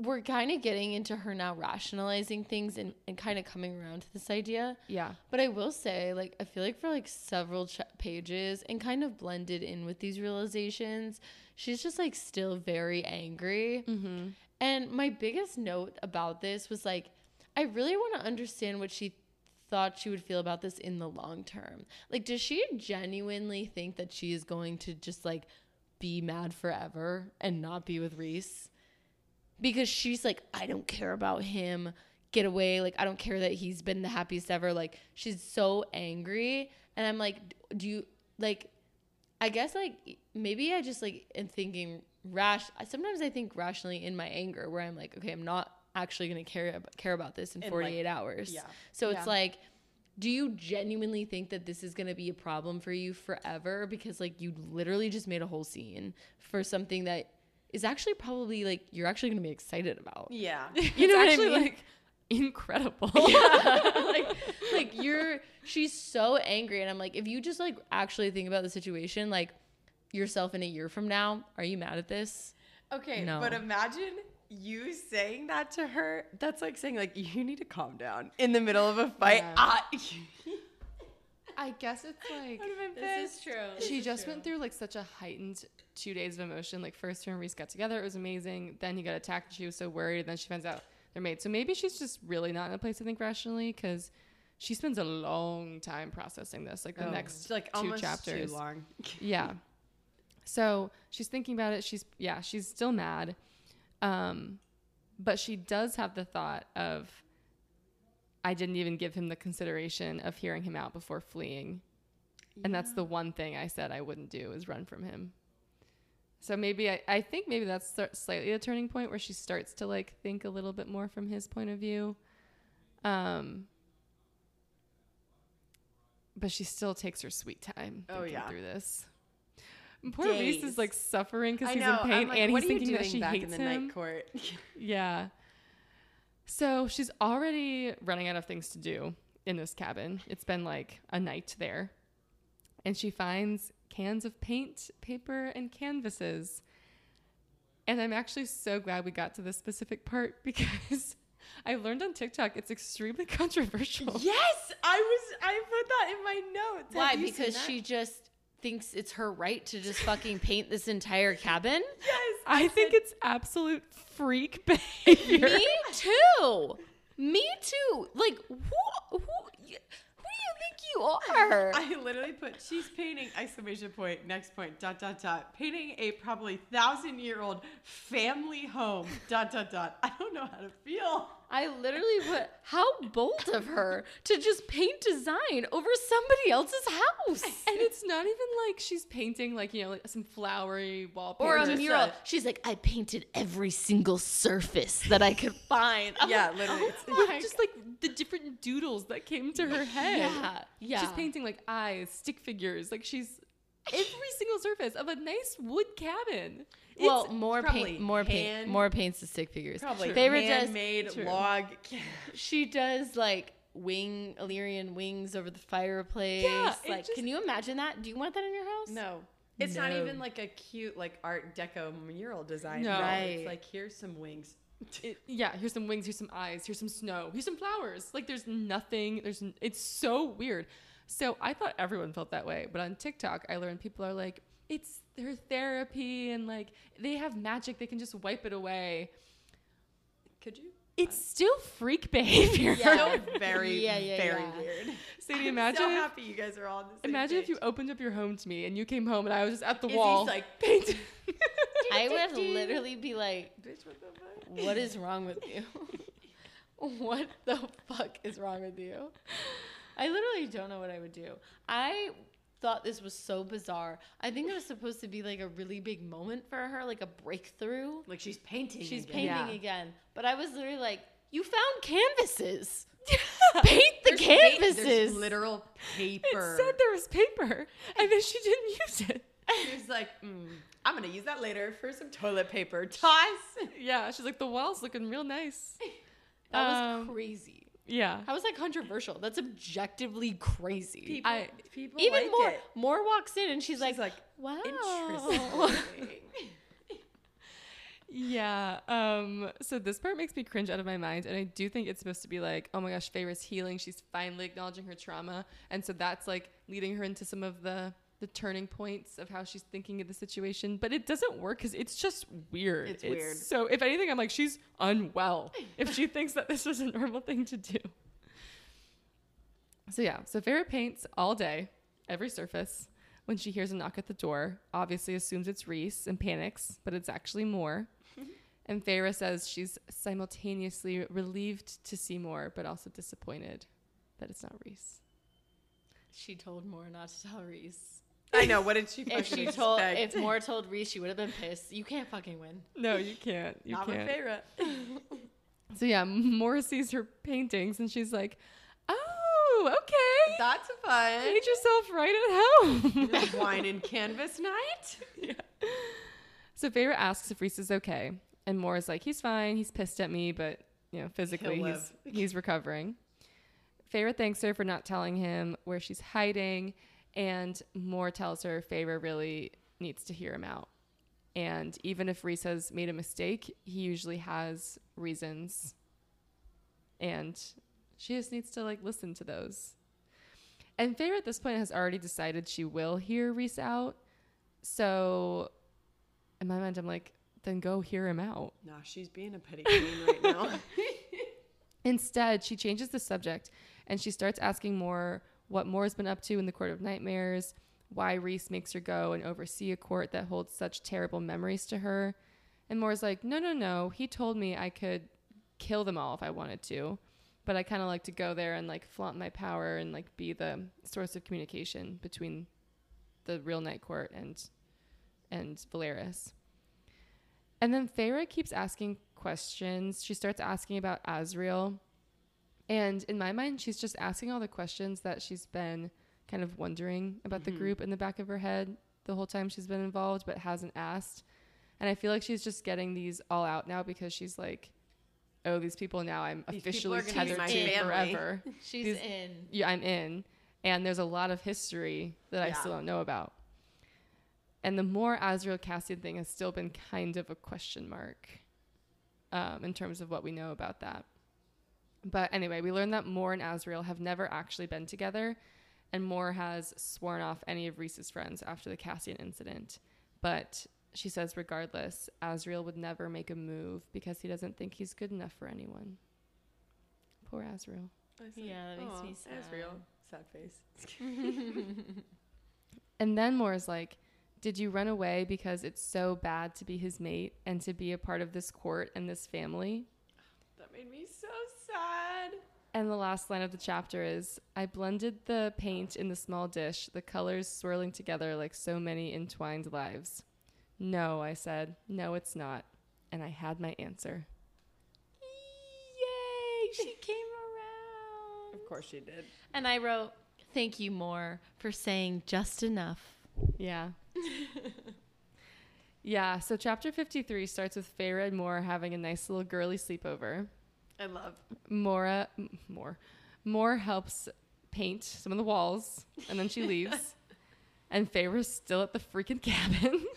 Speaker 1: we're kind of getting into her now rationalizing things and, and kind of coming around to this idea.
Speaker 2: Yeah.
Speaker 1: But I will say, like, I feel like for like several ch- pages and kind of blended in with these realizations, she's just like still very angry.
Speaker 2: Mm-hmm.
Speaker 1: And my biggest note about this was like, I really want to understand what she thought she would feel about this in the long term. Like, does she genuinely think that she is going to just like be mad forever and not be with Reese? Because she's like, I don't care about him. Get away. Like, I don't care that he's been the happiest ever. Like, she's so angry. And I'm like, do you like, I guess like maybe I just like am thinking rash. I- Sometimes I think rationally in my anger, where I'm like, okay, I'm not actually gonna care ab- care about this in
Speaker 3: And, like,
Speaker 1: 48 hours.
Speaker 3: yeah.
Speaker 1: So it's
Speaker 2: Yeah.
Speaker 1: like, do you genuinely think that this is gonna be a problem for you forever? Because like you literally just made a whole scene for something that is actually probably like you're actually gonna be excited about.
Speaker 3: Yeah.
Speaker 1: [laughs] You know what I
Speaker 2: actually
Speaker 1: mean?
Speaker 2: like incredible.
Speaker 1: [laughs]
Speaker 3: [laughs]
Speaker 1: like like you're she's so angry and i'm like if you just like actually think about the situation like yourself in a year from now are you mad at this
Speaker 3: Okay,
Speaker 1: No.
Speaker 3: but imagine you saying that to her. That's like saying like you need to calm down in the middle of a fight.
Speaker 2: Yeah.
Speaker 3: Ah, [laughs]
Speaker 2: I guess it's like
Speaker 1: is true
Speaker 2: she just went through like such a heightened two days of emotion. Like first her and Reese got together, it was amazing. Then he got attacked, and she was so worried. And then she finds out they're mates. So maybe she's just really not in a place to think rationally because she spends a long time processing this. Like the
Speaker 1: Oh.
Speaker 2: next
Speaker 3: Oh. like
Speaker 2: two
Speaker 3: almost
Speaker 2: chapters.
Speaker 3: too long.
Speaker 2: Yeah. So she's thinking about it. She's yeah, she's still mad. Um but she does have the thought of I didn't even give him the consideration of hearing him out before fleeing. And that's the one thing I said I wouldn't do is run from him. So maybe I, I think maybe that's sor- slightly a turning point where she starts to like think a little bit more from his point of view. Um but she still takes her sweet time
Speaker 3: Oh,
Speaker 2: thinking
Speaker 3: yeah.
Speaker 2: through this. Poor Reese
Speaker 3: Days.
Speaker 2: is like suffering because
Speaker 3: I
Speaker 2: he's
Speaker 3: know,
Speaker 2: in pain
Speaker 3: I'm like,
Speaker 2: and
Speaker 3: what
Speaker 2: he's
Speaker 3: are you
Speaker 2: thinking that
Speaker 3: doing
Speaker 2: she
Speaker 3: back
Speaker 2: hates
Speaker 3: in the
Speaker 2: him.
Speaker 3: night
Speaker 2: [laughs]
Speaker 3: court.
Speaker 2: Yeah. So she's already running out of things to do in this cabin. It's been like a night there. And she finds cans of paint, paper, and canvases. And I'm actually so glad we got to this specific part [laughs] because I learned on TikTok it's extremely [laughs] controversial.
Speaker 3: yes, I was. I put that in my notes.
Speaker 1: why
Speaker 3: Have you seen
Speaker 1: because
Speaker 3: that?
Speaker 1: she just thinks it's her right to just fucking paint this entire cabin
Speaker 3: Yes,
Speaker 2: I think it's absolute freak behavior.
Speaker 1: me [laughs] too me too like who who, who do you think you are
Speaker 3: [laughs] I literally put she's painting exclamation point next point dot dot dot painting a probably thousand year old family home dot dot dot. I don't know how to feel.
Speaker 1: I literally put how bold of her to just paint design over somebody else's house.
Speaker 2: And it's not even like she's painting like you know like some flowery wallpaper
Speaker 1: Or a
Speaker 3: Just
Speaker 1: mural.
Speaker 3: a-
Speaker 1: She's like, I painted every single surface that I could find. [laughs] I'm
Speaker 3: yeah,
Speaker 1: like,
Speaker 3: literally. it's-
Speaker 2: with just [laughs] like the different doodles that came to her head.
Speaker 1: Yeah, yeah.
Speaker 2: She's painting like eyes, stick figures. Like she's every single surface of a nice wood cabin.
Speaker 1: well,
Speaker 2: It's-
Speaker 1: more
Speaker 3: probably
Speaker 1: paint, more paint,
Speaker 3: hand-
Speaker 1: more paints to stick figures.
Speaker 3: Probably
Speaker 1: They were just
Speaker 3: handmade
Speaker 2: True.
Speaker 3: log.
Speaker 1: she does like wing Illyrian wings over the fireplace.
Speaker 2: Yeah, it
Speaker 1: like,
Speaker 2: just-
Speaker 1: can you imagine that? Do you want that in your house?
Speaker 3: No. It's not
Speaker 1: No.
Speaker 3: even like a cute like art deco mural design.
Speaker 2: No.
Speaker 1: Right.
Speaker 3: It's like here's some wings.
Speaker 2: it- yeah, here's some wings, here's some eyes, here's some snow, here's some flowers. Like there's nothing. There's n- it's so weird. So I thought everyone felt that way, but on TikTok I learned people are like it's their therapy and like they have magic, they can just wipe it away.
Speaker 3: Could you?
Speaker 2: It's still freak [laughs] behavior.
Speaker 1: Yeah.
Speaker 3: So [laughs] very,
Speaker 1: Yeah, yeah,
Speaker 3: very
Speaker 1: yeah.
Speaker 3: weird.
Speaker 2: Sadie,
Speaker 3: I'm
Speaker 2: imagine
Speaker 3: so
Speaker 2: if-
Speaker 3: happy you guys are all on the same
Speaker 2: Imagine if
Speaker 3: page.
Speaker 2: you opened up your home to me and you came home and I was just at the
Speaker 3: Izzy's
Speaker 2: wall. [laughs]
Speaker 3: like,
Speaker 2: painting.
Speaker 1: I would literally be like,
Speaker 3: Bitch, what the fuck?
Speaker 1: what is wrong with you? [laughs] what the fuck is wrong with you? I literally don't know what I would do. I thought this was so bizarre. I think it was supposed to be like a really big moment for her, like a breakthrough.
Speaker 3: Like she's painting.
Speaker 1: She's
Speaker 3: again.
Speaker 1: painting
Speaker 2: Yeah.
Speaker 1: again. But I was literally like, you found
Speaker 2: [laughs]
Speaker 1: canvases. Paint the
Speaker 3: There's pa- there's
Speaker 1: canvases.
Speaker 3: literal
Speaker 2: it
Speaker 3: paper.
Speaker 2: said there was paper and then she didn't use it.
Speaker 3: She's like, mm, I'm gonna use that later for some toilet paper. Toss.
Speaker 2: [laughs] Yeah, she's like the wall's looking real nice. [laughs]
Speaker 1: that was
Speaker 2: Um,
Speaker 1: crazy.
Speaker 2: Yeah.
Speaker 1: How is that controversial? That's objectively crazy.
Speaker 3: People,
Speaker 2: I-
Speaker 3: people
Speaker 1: Even
Speaker 3: like
Speaker 1: more,
Speaker 3: it.
Speaker 1: more walks in and she's, like,
Speaker 3: like,
Speaker 1: wow. [laughs]
Speaker 3: Interesting. [laughs]
Speaker 2: Yeah. Um, so this part makes me cringe out of my mind, and I do think it's supposed to be like, oh my gosh, Feyre's healing. She's finally acknowledging her trauma, and so that's like leading her into some of the the turning points of how she's thinking of the situation. But it doesn't work because it's just weird.
Speaker 3: It's weird.
Speaker 2: So if anything, I'm like, she's unwell [laughs] if she thinks that this is a normal thing to do. So yeah, so Farrah paints all day, every surface. When she hears a knock at the door, obviously assumes it's Reese and panics, but it's actually Moore. and Farrah says she's simultaneously relieved to see Moore, but also disappointed that it's not Reese.
Speaker 1: She told Moore not to tell Reese.
Speaker 3: I know. What did
Speaker 1: [laughs]
Speaker 3: she?
Speaker 1: If
Speaker 3: fucking
Speaker 1: she told,
Speaker 3: expect?
Speaker 1: if Moore [laughs] told Reese, she would have been pissed. You can't fucking win.
Speaker 2: No, you can't. You
Speaker 3: Not my
Speaker 1: [laughs]
Speaker 3: [laughs]
Speaker 2: can't.
Speaker 3: favorite.
Speaker 2: So yeah, Moore sees her paintings and she's like, "Oh, okay,
Speaker 3: That's fun.
Speaker 2: made yourself right at
Speaker 3: [laughs]
Speaker 2: home." [laughs]
Speaker 3: Wine and canvas night.
Speaker 1: [laughs]
Speaker 2: So Feyre asks if Reese is okay, and Moore is like, he's fine. He's pissed at me, but you know, physically
Speaker 3: He'll
Speaker 2: he's he's recovering. Feyre thanks her for not telling him where she's hiding, and Moore tells her Feyre really needs to hear him out. And even if Reese has made a mistake, he usually has reasons, and she just needs to like listen to those. And Feyre at this point has already decided she will hear Reese out. So in my mind, I'm like, then go hear him out.
Speaker 3: No, she's being a petty queen
Speaker 1: [laughs]
Speaker 3: right now. [laughs]
Speaker 2: Instead, she changes the subject and she starts asking more what Moore's been up to in the Court of Nightmares, why Reese makes her go and oversee a court that holds such terrible memories to her. And Moore's like, no, no, no. He told me I could kill them all if I wanted to, but I kind of like to go there and like flaunt my power and like be the source of communication between the real Night Court and and Valeris. And then Feyre keeps asking questions. She starts asking about Azriel. And in my mind, she's just asking all the questions that she's been kind of wondering about
Speaker 3: Mm-hmm.
Speaker 2: the group in the back of her head the whole time she's been involved, but hasn't asked. And I feel like she's just getting these all out now because she's like, oh, these people now I'm
Speaker 3: These people
Speaker 2: officially
Speaker 3: are gonna be
Speaker 2: tethered
Speaker 1: my
Speaker 2: to
Speaker 3: family. [laughs]
Speaker 2: forever.
Speaker 1: She's
Speaker 2: These-
Speaker 1: in.
Speaker 2: yeah, I'm in. And there's a lot of history that I
Speaker 3: Yeah.
Speaker 2: still don't know about. And the more Azrael Cassian thing has still been kind of a question mark um, in terms of what we know about that. But anyway, we learned that Moore and Azrael have never actually been together, and Moore has sworn off any of Reese's friends after the Cassian incident. But she says, regardless, Azrael would never make a move because he doesn't think he's good enough for anyone. Poor Azrael.
Speaker 1: Yeah, that makes me
Speaker 3: That's
Speaker 1: sad.
Speaker 3: real. Sad face.
Speaker 2: And then Moore's like, Did you run away because it's so bad to be his mate and to be a part of this court and this family?
Speaker 3: That made me so god.
Speaker 2: And the last line of the chapter is I blended the paint in the small dish, the colors swirling together like so many entwined lives. No, I said, no, it's not. And I had my answer.
Speaker 1: Yay! [laughs] She came around.
Speaker 3: Of course she did.
Speaker 1: And I wrote, "Thank you, Moore, for saying just enough."
Speaker 2: Yeah. [laughs] yeah, so chapter 53 starts with Feyre and Moore having a nice little girly sleepover.
Speaker 3: I love.
Speaker 2: Mora, m- Moore, Moore helps paint some of the walls, and [laughs] then she leaves. and Feyre's still at the freaking cabin. [laughs]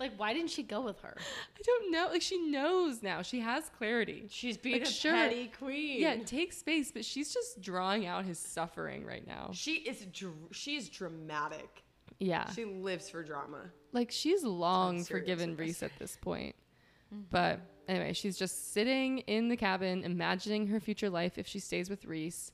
Speaker 1: Like, why didn't she go with her?
Speaker 2: I don't know. Like she knows now. She has clarity.
Speaker 1: She's being
Speaker 2: Like, a sure. petty
Speaker 1: queen.
Speaker 2: Yeah, take space, but she's just drawing out his suffering right now.
Speaker 3: She is. Dr- she is dramatic.
Speaker 2: Yeah.
Speaker 3: She lives for drama.
Speaker 2: like she's long
Speaker 3: serious
Speaker 2: forgiven
Speaker 3: at
Speaker 2: Reese at this point. But anyway, she's just sitting in the cabin, imagining her future life if she stays with Reese.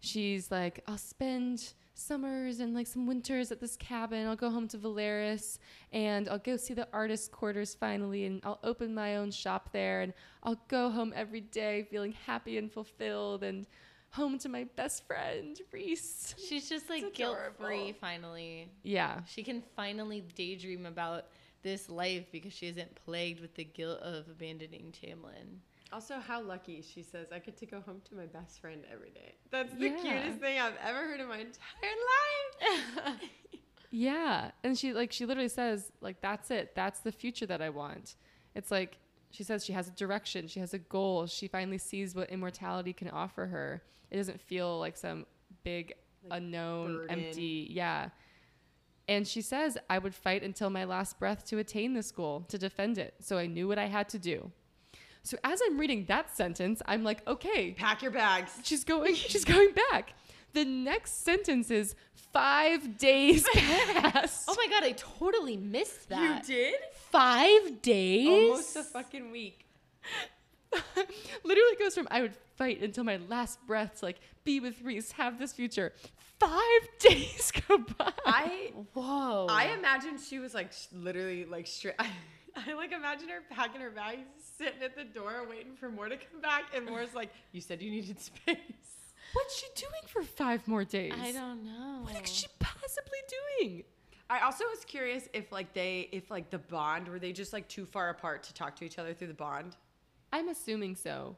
Speaker 2: She's like, I'll spend summers and like some winters at this cabin. I'll go home to Valeris and I'll go see the artist's quarters finally and I'll open my own shop there and I'll go home every day feeling happy and fulfilled and home to my best friend, Reese.
Speaker 1: She's just like
Speaker 3: It's
Speaker 1: guilt
Speaker 3: adorable.
Speaker 1: free finally.
Speaker 2: Yeah.
Speaker 1: She can finally daydream about this life because she isn't plagued with the guilt of abandoning Tamlin.
Speaker 3: Also, how lucky she says I get to go home to my best friend every day. That's the
Speaker 2: Yeah.
Speaker 3: cutest thing I've ever heard in my entire life.
Speaker 2: Yeah. And she like she literally says like that's it. That's the future that I want. It's like she says she has a direction, she has a goal. She finally sees what immortality can offer her. It doesn't feel like some big
Speaker 3: Like
Speaker 2: unknown
Speaker 3: burden.
Speaker 2: empty. Yeah. And she says I would fight until my last breath to attain this goal, to defend it. So I knew what I had to do. So as I'm reading that sentence, I'm like, okay,
Speaker 3: Pack your bags.
Speaker 2: she's going [laughs] she's going back. The next sentence is 5
Speaker 1: [laughs]
Speaker 2: days passed.
Speaker 1: [laughs] Oh my god, I totally missed that.
Speaker 3: You did?
Speaker 1: Five days?
Speaker 3: Almost a fucking week.
Speaker 2: [laughs] Literally goes from I would fight until my last breath to like be with Reese, have this future. Five [laughs] days go by.
Speaker 3: [laughs] I
Speaker 1: Whoa.
Speaker 3: I imagine she was like sh- literally like straight. [laughs] I, like imagine her packing her bags, sitting at the door waiting for more to come back, and Moore's like, "You said you needed space."
Speaker 2: What's she doing for five more days?
Speaker 1: I don't know.
Speaker 2: What is she possibly doing?
Speaker 3: I also was curious if like they, if like the bond, were they just like too far apart to talk to each other through the bond?
Speaker 2: I'm assuming so.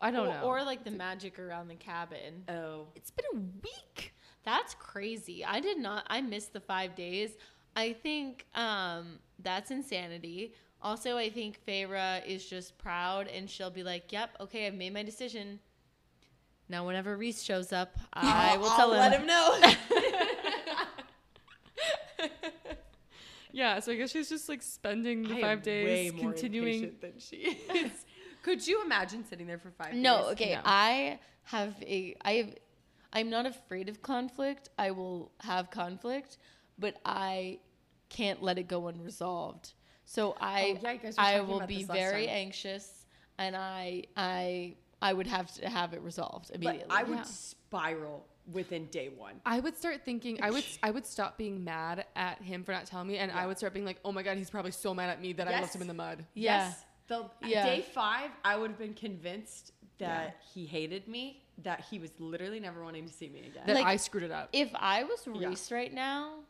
Speaker 2: I don't
Speaker 1: or,
Speaker 2: know.
Speaker 1: or like the magic around the cabin.
Speaker 3: Oh,
Speaker 2: it's been a week.
Speaker 1: That's crazy. I did not I missed the 5 days. I think um that's insanity. Also, I think Feyre is just proud and she'll be like, "Yep, okay, I've made my decision." Now whenever Reese shows up,
Speaker 3: [laughs]
Speaker 1: I will tell him.
Speaker 3: let him know.
Speaker 2: Yeah, so I guess she's just like spending the five days continuing.
Speaker 3: than she is. Could you imagine sitting there for five?
Speaker 1: No,
Speaker 3: days?
Speaker 1: okay.
Speaker 2: No.
Speaker 1: I have a I have I'm not afraid of conflict. I will have conflict, but I can't let it go unresolved. So I
Speaker 3: Oh, yeah, you guys were
Speaker 1: I
Speaker 3: talking
Speaker 1: will
Speaker 3: about
Speaker 1: be
Speaker 3: this last
Speaker 1: very
Speaker 3: time.
Speaker 1: anxious and I I I would have to have it resolved immediately.
Speaker 3: But I would
Speaker 2: Yeah.
Speaker 3: spiral within day one.
Speaker 2: I would start thinking
Speaker 3: [laughs]
Speaker 2: I would I would stop being mad at him for not telling me, and I
Speaker 3: Yeah.
Speaker 2: would start being like, oh my god, he's probably so mad at me that I left
Speaker 3: Yes.
Speaker 2: him in the mud.
Speaker 1: Yeah.
Speaker 3: Yes. The
Speaker 1: Yeah.
Speaker 3: day five, I would have been convinced that he hated me, that he was literally never wanting to see me again.
Speaker 2: That
Speaker 1: Like-
Speaker 2: I screwed it up.
Speaker 1: If I was Reese right now,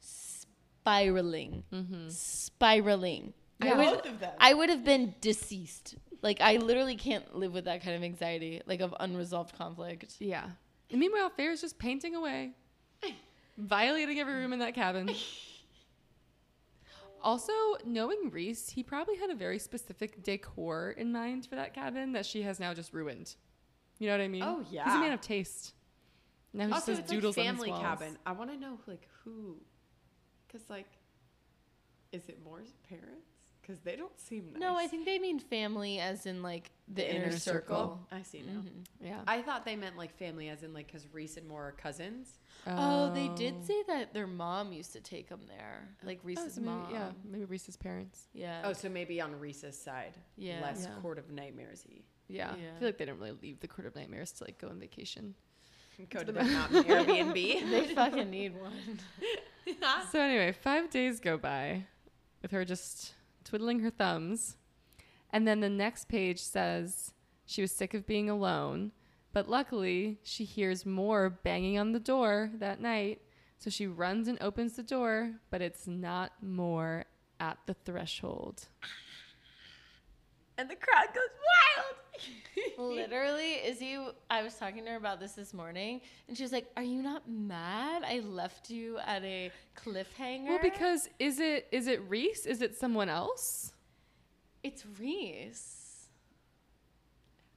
Speaker 1: spiraling, spiraling.
Speaker 2: Yeah.
Speaker 1: I would,
Speaker 3: Both of them.
Speaker 1: I would have been deceased. Like I literally can't live with that kind of anxiety, like of unresolved conflict.
Speaker 2: Yeah. And meanwhile, Fair's just painting away,
Speaker 3: [sighs]
Speaker 2: violating every room in
Speaker 3: [laughs]
Speaker 2: that cabin. Also, knowing Reese, he probably had a very specific decor in mind for that cabin that she has now just ruined. You know what I mean?
Speaker 3: Oh,
Speaker 2: He's a
Speaker 3: yeah.
Speaker 2: man of taste. Now he
Speaker 3: also,
Speaker 2: just
Speaker 3: it's
Speaker 2: has
Speaker 3: like
Speaker 2: doodles
Speaker 3: family
Speaker 2: on his walls.
Speaker 3: cabin. I want to know like who, because like, is it Moore's parents? Because they don't seem nice.
Speaker 1: No, I think they mean family as in like the, inner,
Speaker 2: inner
Speaker 1: circle.
Speaker 2: circle.
Speaker 3: I see now.
Speaker 1: Mhm.
Speaker 2: Yeah.
Speaker 3: I thought they meant like family, as in like because Reese and Moore are cousins.
Speaker 1: Oh, they did
Speaker 2: Oh.
Speaker 1: say that their mom used to take them there, like
Speaker 2: Oh,
Speaker 1: Reese's
Speaker 2: so
Speaker 1: mom.
Speaker 2: maybe, yeah, maybe Reese's parents.
Speaker 1: yeah.
Speaker 3: Oh, so maybe on Reese's side,
Speaker 1: Uh, Yeah.
Speaker 3: less
Speaker 2: Yeah.
Speaker 3: court of nightmares.
Speaker 1: [laughs]
Speaker 3: He
Speaker 2: Yeah.
Speaker 1: Yeah.
Speaker 2: I feel like they didn't really leave the Court of Nightmares to like go on vacation.
Speaker 3: go to the mountain
Speaker 1: [laughs]
Speaker 3: Airbnb.
Speaker 1: they fucking need one.
Speaker 2: so anyway, five days go by with her just twiddling her thumbs. And then the next page says She was sick of being alone, but luckily she hears more banging on the door that night. So she runs and opens the door, but it's not more at the threshold.
Speaker 3: And the crowd goes [laughs]
Speaker 1: [laughs]
Speaker 3: wild.
Speaker 1: Literally, Izzy, I was talking to her about this this morning, and she was like, Are you not mad? I left you at a cliffhanger.
Speaker 2: Well, because is it is it Reese? Is it someone else?
Speaker 1: it's Reese.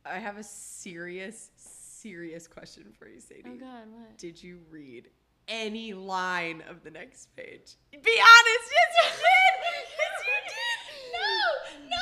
Speaker 3: I have a serious, serious question for you, Sadie.
Speaker 1: Oh, God, what?
Speaker 3: Did you read any line of the next page? Be honest, yes you did. Yes you did. No, no, no, no,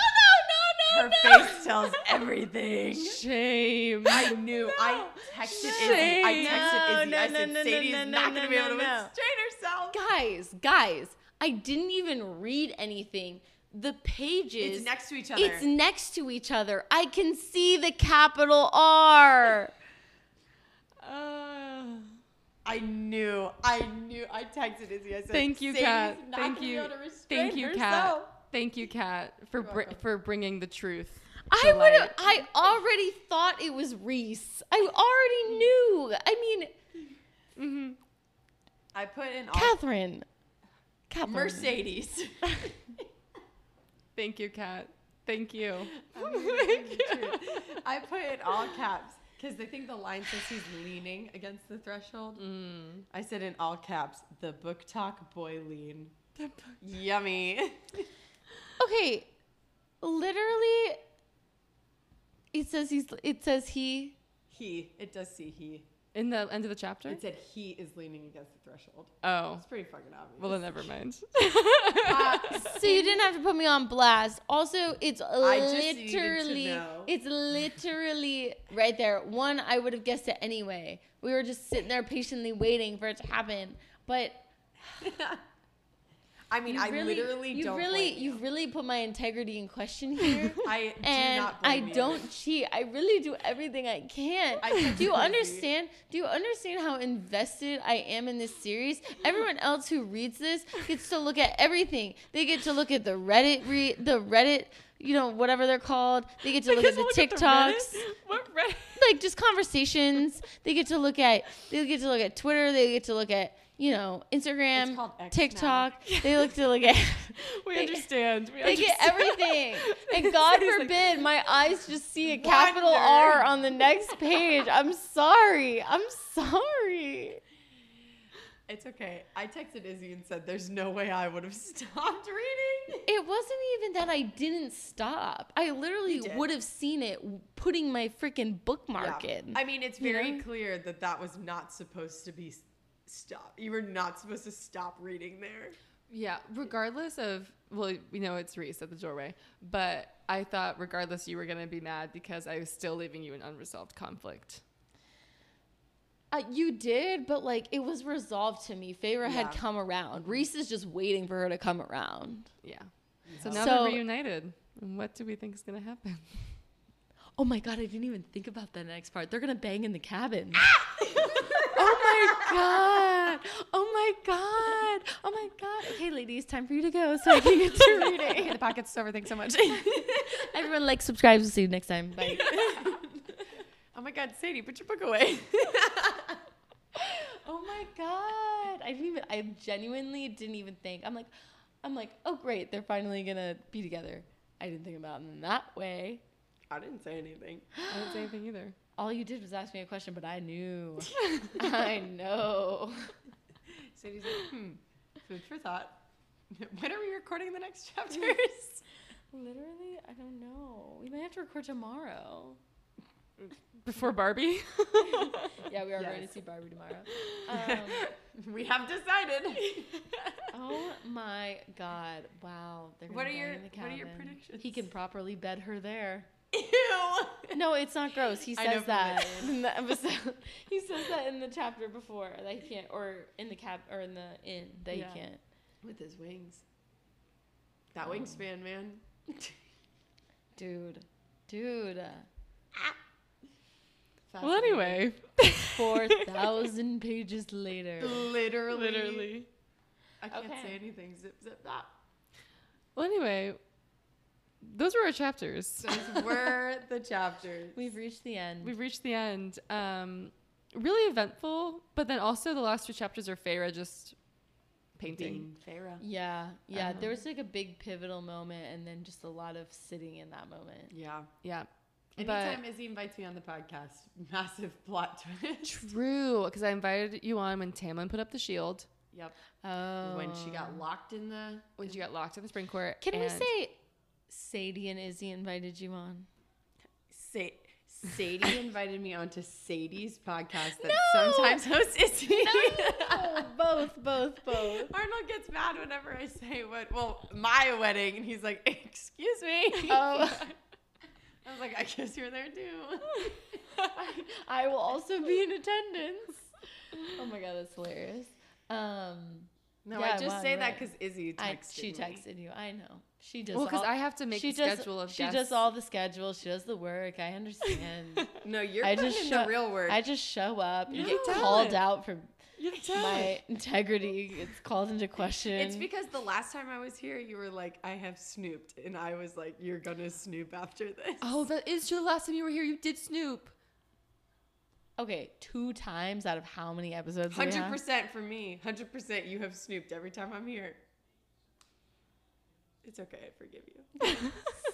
Speaker 3: no. Her face tells
Speaker 1: [laughs]
Speaker 3: everything.
Speaker 2: Shame.
Speaker 3: I knew. I texted Izzy. I
Speaker 2: Shame.
Speaker 3: texted
Speaker 1: No,
Speaker 3: Izzy.
Speaker 1: no,
Speaker 3: I
Speaker 1: no,
Speaker 3: said
Speaker 1: no, no,
Speaker 3: Sadie
Speaker 1: no,
Speaker 3: is not
Speaker 1: no,
Speaker 3: going to be
Speaker 1: no,
Speaker 3: able to
Speaker 1: no.
Speaker 3: restrain herself.
Speaker 1: Guys, guys, I didn't even read anything. The pages.
Speaker 3: It's next to each other.
Speaker 1: It's next to each other. I can see the capital R.
Speaker 3: I knew. I knew. I texted Izzy. I said,
Speaker 2: Thank you,
Speaker 3: Sadie's
Speaker 2: Kat.
Speaker 3: not
Speaker 2: Thank
Speaker 3: gonna be
Speaker 2: you.
Speaker 3: able to restrain
Speaker 2: Thank you,
Speaker 3: herself.
Speaker 2: Kat. Thank you, Kat, for br- for bringing the truth.
Speaker 1: I
Speaker 2: to
Speaker 1: would have.
Speaker 2: light.
Speaker 1: I already thought it was Reese. I already knew. I mean,
Speaker 3: Mm-hmm. I put in all
Speaker 1: Catherine. Catherine. [laughs]
Speaker 3: Mercedes.
Speaker 2: Thank you, Kat. Thank you.
Speaker 1: [laughs]
Speaker 3: I put in all caps because they think the line says he's leaning against the threshold.
Speaker 1: Mm.
Speaker 3: I said in all caps, the book talk boy lean. Yummy.
Speaker 1: Okay, literally, it says he's. It says he.
Speaker 3: He. It does see he.
Speaker 2: In the end of the chapter?
Speaker 3: It said he is leaning against the threshold.
Speaker 2: oh.
Speaker 3: It's pretty fucking obvious.
Speaker 2: Well, then
Speaker 3: [laughs]
Speaker 2: never mind.
Speaker 1: So you didn't have to put me on blast. Also, it's
Speaker 3: just needed to
Speaker 1: literally.
Speaker 3: know.
Speaker 1: It's literally right there. One, I would have guessed it anyway. We were just sitting there patiently waiting for it to happen, but.
Speaker 3: I mean,
Speaker 1: you
Speaker 3: I
Speaker 1: really-
Speaker 3: literally
Speaker 1: you
Speaker 3: don't.
Speaker 1: really,
Speaker 3: blame
Speaker 1: you really put my integrity in question
Speaker 3: [laughs]
Speaker 1: here.
Speaker 3: I do
Speaker 1: and
Speaker 3: not
Speaker 1: I
Speaker 3: blame you.
Speaker 1: don't cheat. I really do everything I can.
Speaker 3: I can
Speaker 1: do you
Speaker 3: totally.
Speaker 1: understand? Do you understand how invested I am in this series? Everyone else who reads this gets to look at everything. They get to look at the Reddit, re- the Reddit, you know, whatever they're called. They get to look at the TikToks
Speaker 2: what Reddit?
Speaker 1: like just conversations. they get to look at they get to look at Twitter. They get to look at you know
Speaker 3: It's
Speaker 1: Instagram,
Speaker 3: called X
Speaker 1: TikTok. They look to look at.
Speaker 2: We
Speaker 1: [laughs] they,
Speaker 2: understand. We
Speaker 1: They get
Speaker 2: understand.
Speaker 3: [laughs]
Speaker 1: everything, and God forbid my eyes just see a capital
Speaker 3: Wonder.
Speaker 1: R on the next page. I'm sorry. I'm sorry.
Speaker 3: It's okay. I texted Izzy and said, "There's no way I would have [laughs] stopped reading."
Speaker 1: It wasn't even that I didn't stop. I literally
Speaker 3: did.
Speaker 1: would have seen it putting my freaking bookmark
Speaker 3: Yeah.
Speaker 1: in.
Speaker 3: I mean, it's
Speaker 1: you
Speaker 3: very
Speaker 1: know?
Speaker 3: clear that that was not supposed to be s- stop. You were not supposed to stop reading there.
Speaker 2: Yeah, regardless of well, we know it's Reese at the doorway, but I thought regardless you were gonna be mad because I was still leaving you an unresolved conflict.
Speaker 1: Uh, you did, but like it was resolved to me. Feyre had
Speaker 3: Yeah.
Speaker 1: come around. Reese is just waiting for her to come around.
Speaker 2: Yeah. So now
Speaker 1: So-
Speaker 2: they're reunited. And What do we think is gonna
Speaker 3: [laughs]
Speaker 2: happen?
Speaker 1: Oh my god, I didn't even think about the next part. They're gonna bang in the cabin. oh my god. Oh my god. Oh my god. Okay, ladies, time for you to go so I can get
Speaker 2: [laughs]
Speaker 1: to reading.
Speaker 2: the pockets over. Thanks so much.
Speaker 1: Everyone like, subscribe, we'll see you next time. Bye.
Speaker 3: [laughs] Oh my God, Sadie, put your book away.
Speaker 1: Oh my god. I didn't even I genuinely didn't even think. I'm like I'm like, oh great, they're finally gonna be together. I didn't think about it in that way.
Speaker 3: I didn't say anything.
Speaker 2: I didn't say anything either.
Speaker 1: All you did was ask me a question, but I knew. I know.
Speaker 3: [laughs] Sadie's like, hmm, food for thought. [laughs] When are we recording the next chapters?
Speaker 1: [laughs] Literally, I don't know. We might have to record tomorrow.
Speaker 2: [laughs]
Speaker 3: [laughs]
Speaker 2: Before Barbie.
Speaker 1: Yeah, we are going
Speaker 3: Yes.
Speaker 1: to see Barbie tomorrow. Um,
Speaker 3: [laughs] we have decided. [laughs]
Speaker 1: oh my God! Wow, they're gonna
Speaker 3: What are
Speaker 1: bang
Speaker 3: your-
Speaker 1: in the
Speaker 3: what are your
Speaker 1: cabin. He
Speaker 3: predictions?
Speaker 1: can properly bed her
Speaker 3: [laughs]
Speaker 1: there.
Speaker 3: Ew.
Speaker 1: No, it's not gross. He
Speaker 3: I know
Speaker 1: says
Speaker 3: from
Speaker 1: that in the episode. [laughs] he says that in the chapter before that he can't, or in the cab, or in the inn that
Speaker 2: Yeah.
Speaker 1: he can't.
Speaker 3: With his wings. Um, That wingspan, man.
Speaker 1: Dude, dude,
Speaker 2: well, anyway.
Speaker 1: four thousand pages later.
Speaker 3: [laughs] Literally.
Speaker 2: Literally.
Speaker 3: I can't
Speaker 1: Okay.
Speaker 3: say anything. Zip, zip, that.
Speaker 2: Well, anyway, those were our chapters.
Speaker 3: Those were [laughs] the chapters.
Speaker 1: We've reached the end.
Speaker 2: We've reached the end. Um, really eventful, but then also the last two chapters are Feyre just painting.
Speaker 3: Being Pharaoh.
Speaker 1: yeah, yeah. there
Speaker 2: Um,
Speaker 1: was like a big pivotal moment, and then just a lot of sitting in that moment.
Speaker 3: Yeah.
Speaker 2: Yeah.
Speaker 3: Anytime Izzy invites me on the podcast, [laughs] massive plot twist.
Speaker 2: But true, because I invited you on when Tamlin put up the shield
Speaker 3: Yep.
Speaker 1: Oh,
Speaker 3: When she got locked in the
Speaker 2: when she got locked in the spring court.
Speaker 1: Can we
Speaker 2: and-
Speaker 1: say Sadie and Izzy invited you
Speaker 2: [laughs]
Speaker 1: on? [laughs]
Speaker 3: Sa- [laughs] Sadie invited me onto Sadie's podcast that
Speaker 1: No!
Speaker 3: sometimes hosts Izzy.
Speaker 1: oh, both, both, both.
Speaker 3: [laughs] Arnold gets mad whenever I say what well, my wedding and he's like, excuse me. [laughs]
Speaker 1: Oh.
Speaker 3: I was like, I guess you're there too.
Speaker 1: I will also be in attendance. Oh my god, that's hilarious. Um,
Speaker 3: [laughs] No,
Speaker 1: Yeah,
Speaker 3: I just
Speaker 1: wow,
Speaker 3: say
Speaker 1: you're
Speaker 3: that
Speaker 1: right.
Speaker 3: because Izzy texted
Speaker 1: I, she
Speaker 3: me.
Speaker 1: texted you. I know she does.
Speaker 2: Well, because
Speaker 1: all-
Speaker 2: I have to make
Speaker 1: she
Speaker 2: the
Speaker 1: does,
Speaker 2: schedule of
Speaker 1: she does
Speaker 2: guests.
Speaker 1: all the schedule. She does the work. I
Speaker 2: [laughs]
Speaker 1: understand.
Speaker 3: No, you're
Speaker 1: I
Speaker 3: putting
Speaker 1: just
Speaker 3: in
Speaker 1: show-
Speaker 3: the real work.
Speaker 1: I just show up and
Speaker 2: No.
Speaker 1: get
Speaker 2: You're
Speaker 1: called
Speaker 2: talent.
Speaker 1: out for
Speaker 2: You're
Speaker 1: my integrity. It's called into question.
Speaker 3: It's because the last time I was here, you were like, I have snooped. And I was like, you're going to snoop after this.
Speaker 2: Oh, that is true. The last time you were here, you did Snoop.
Speaker 1: okay, two times out of how many episodes? do we have?
Speaker 3: 100% for me. 100% you have snooped every time I'm here. It's okay. I forgive you.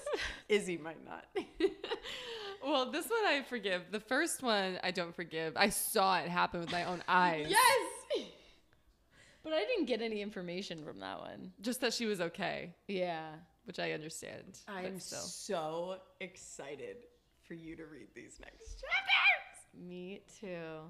Speaker 2: [laughs]
Speaker 3: Izzy might not.
Speaker 2: Well, this one I forgive. The first one I don't forgive. I saw it happen with my [laughs] own eyes.
Speaker 3: yes!
Speaker 1: But I didn't get any information from that one.
Speaker 2: Just that she was okay,
Speaker 1: Yeah.
Speaker 2: which I understand. but
Speaker 3: I'm
Speaker 2: still.
Speaker 3: so excited for you to read these next
Speaker 1: Me too.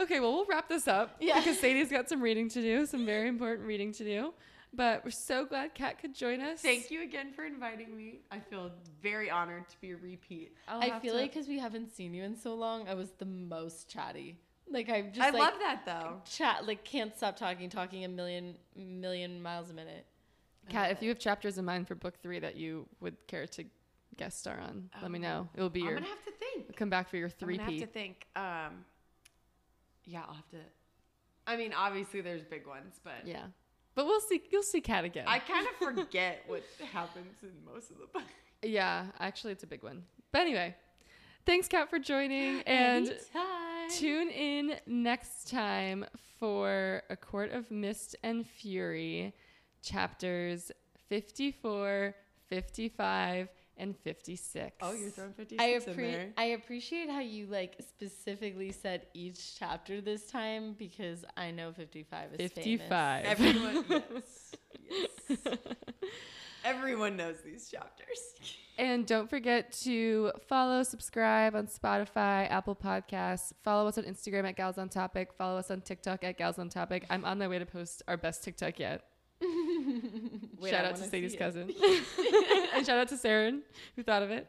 Speaker 2: Okay, well, we'll wrap this up
Speaker 1: Yeah.
Speaker 2: because Sadie's got some reading to do, some [laughs] very important reading to do. But we're so glad Kat could join us.
Speaker 3: Thank you again for inviting me. I feel very honored to be a repeat.
Speaker 2: I'll
Speaker 1: i
Speaker 2: have
Speaker 1: feel
Speaker 2: to-
Speaker 1: like because we haven't seen you in so long, I was the most chatty. Like I just
Speaker 3: I
Speaker 1: like,
Speaker 3: love that though.
Speaker 1: chat. Like can't stop talking, talking a million million miles a minute.
Speaker 2: Kat, if you have chapters in mind for book three that you would care to guest star on, let me know. It'll be
Speaker 3: I'm
Speaker 2: your
Speaker 3: gonna have to think.
Speaker 2: come back for your
Speaker 3: I'm
Speaker 2: three
Speaker 3: gonna have to
Speaker 2: P.
Speaker 3: think. Um, yeah, I'll have to. I mean, obviously there's big ones, but
Speaker 2: Yeah, but we'll see. You'll see Kat again.
Speaker 3: I kind of forget what happens in most of the books.
Speaker 2: yeah, actually, it's a big one. But anyway, thanks, Kat, for joining and.
Speaker 3: Anytime.
Speaker 2: Tune in next time for A Court of Mist and Fury, chapters 54, 55, and 56.
Speaker 3: Oh, you're throwing 56
Speaker 1: I
Speaker 3: in
Speaker 1: appreciate
Speaker 3: there.
Speaker 1: I appreciate how you like specifically said each chapter this time because I know 55 is
Speaker 2: 55.
Speaker 3: Everyone, yes, yes. Everyone knows these chapters.
Speaker 2: And don't forget to follow, subscribe on Spotify, Apple Podcasts. Follow us on Instagram at Gals on Topic. Follow us on TikTok at Gals on Topic. I'm on my way to post our best TikTok yet.
Speaker 3: [laughs] Wait,
Speaker 2: shout
Speaker 3: I
Speaker 2: out to
Speaker 3: wanna
Speaker 2: Sadie's
Speaker 3: see it. [laughs]
Speaker 2: cousin. and shout out to Saren, who thought of it.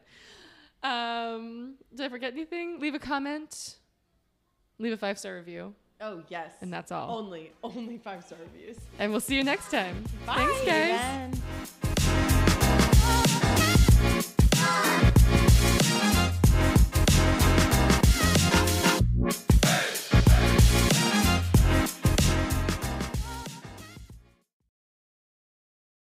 Speaker 2: Um, did I forget anything? Leave a comment. Leave a five star review.
Speaker 3: Oh yes,
Speaker 2: And that's all.
Speaker 3: only only five star reviews.
Speaker 2: And we'll see you next time.
Speaker 1: famous.
Speaker 2: Thanks, guys.
Speaker 1: Amen.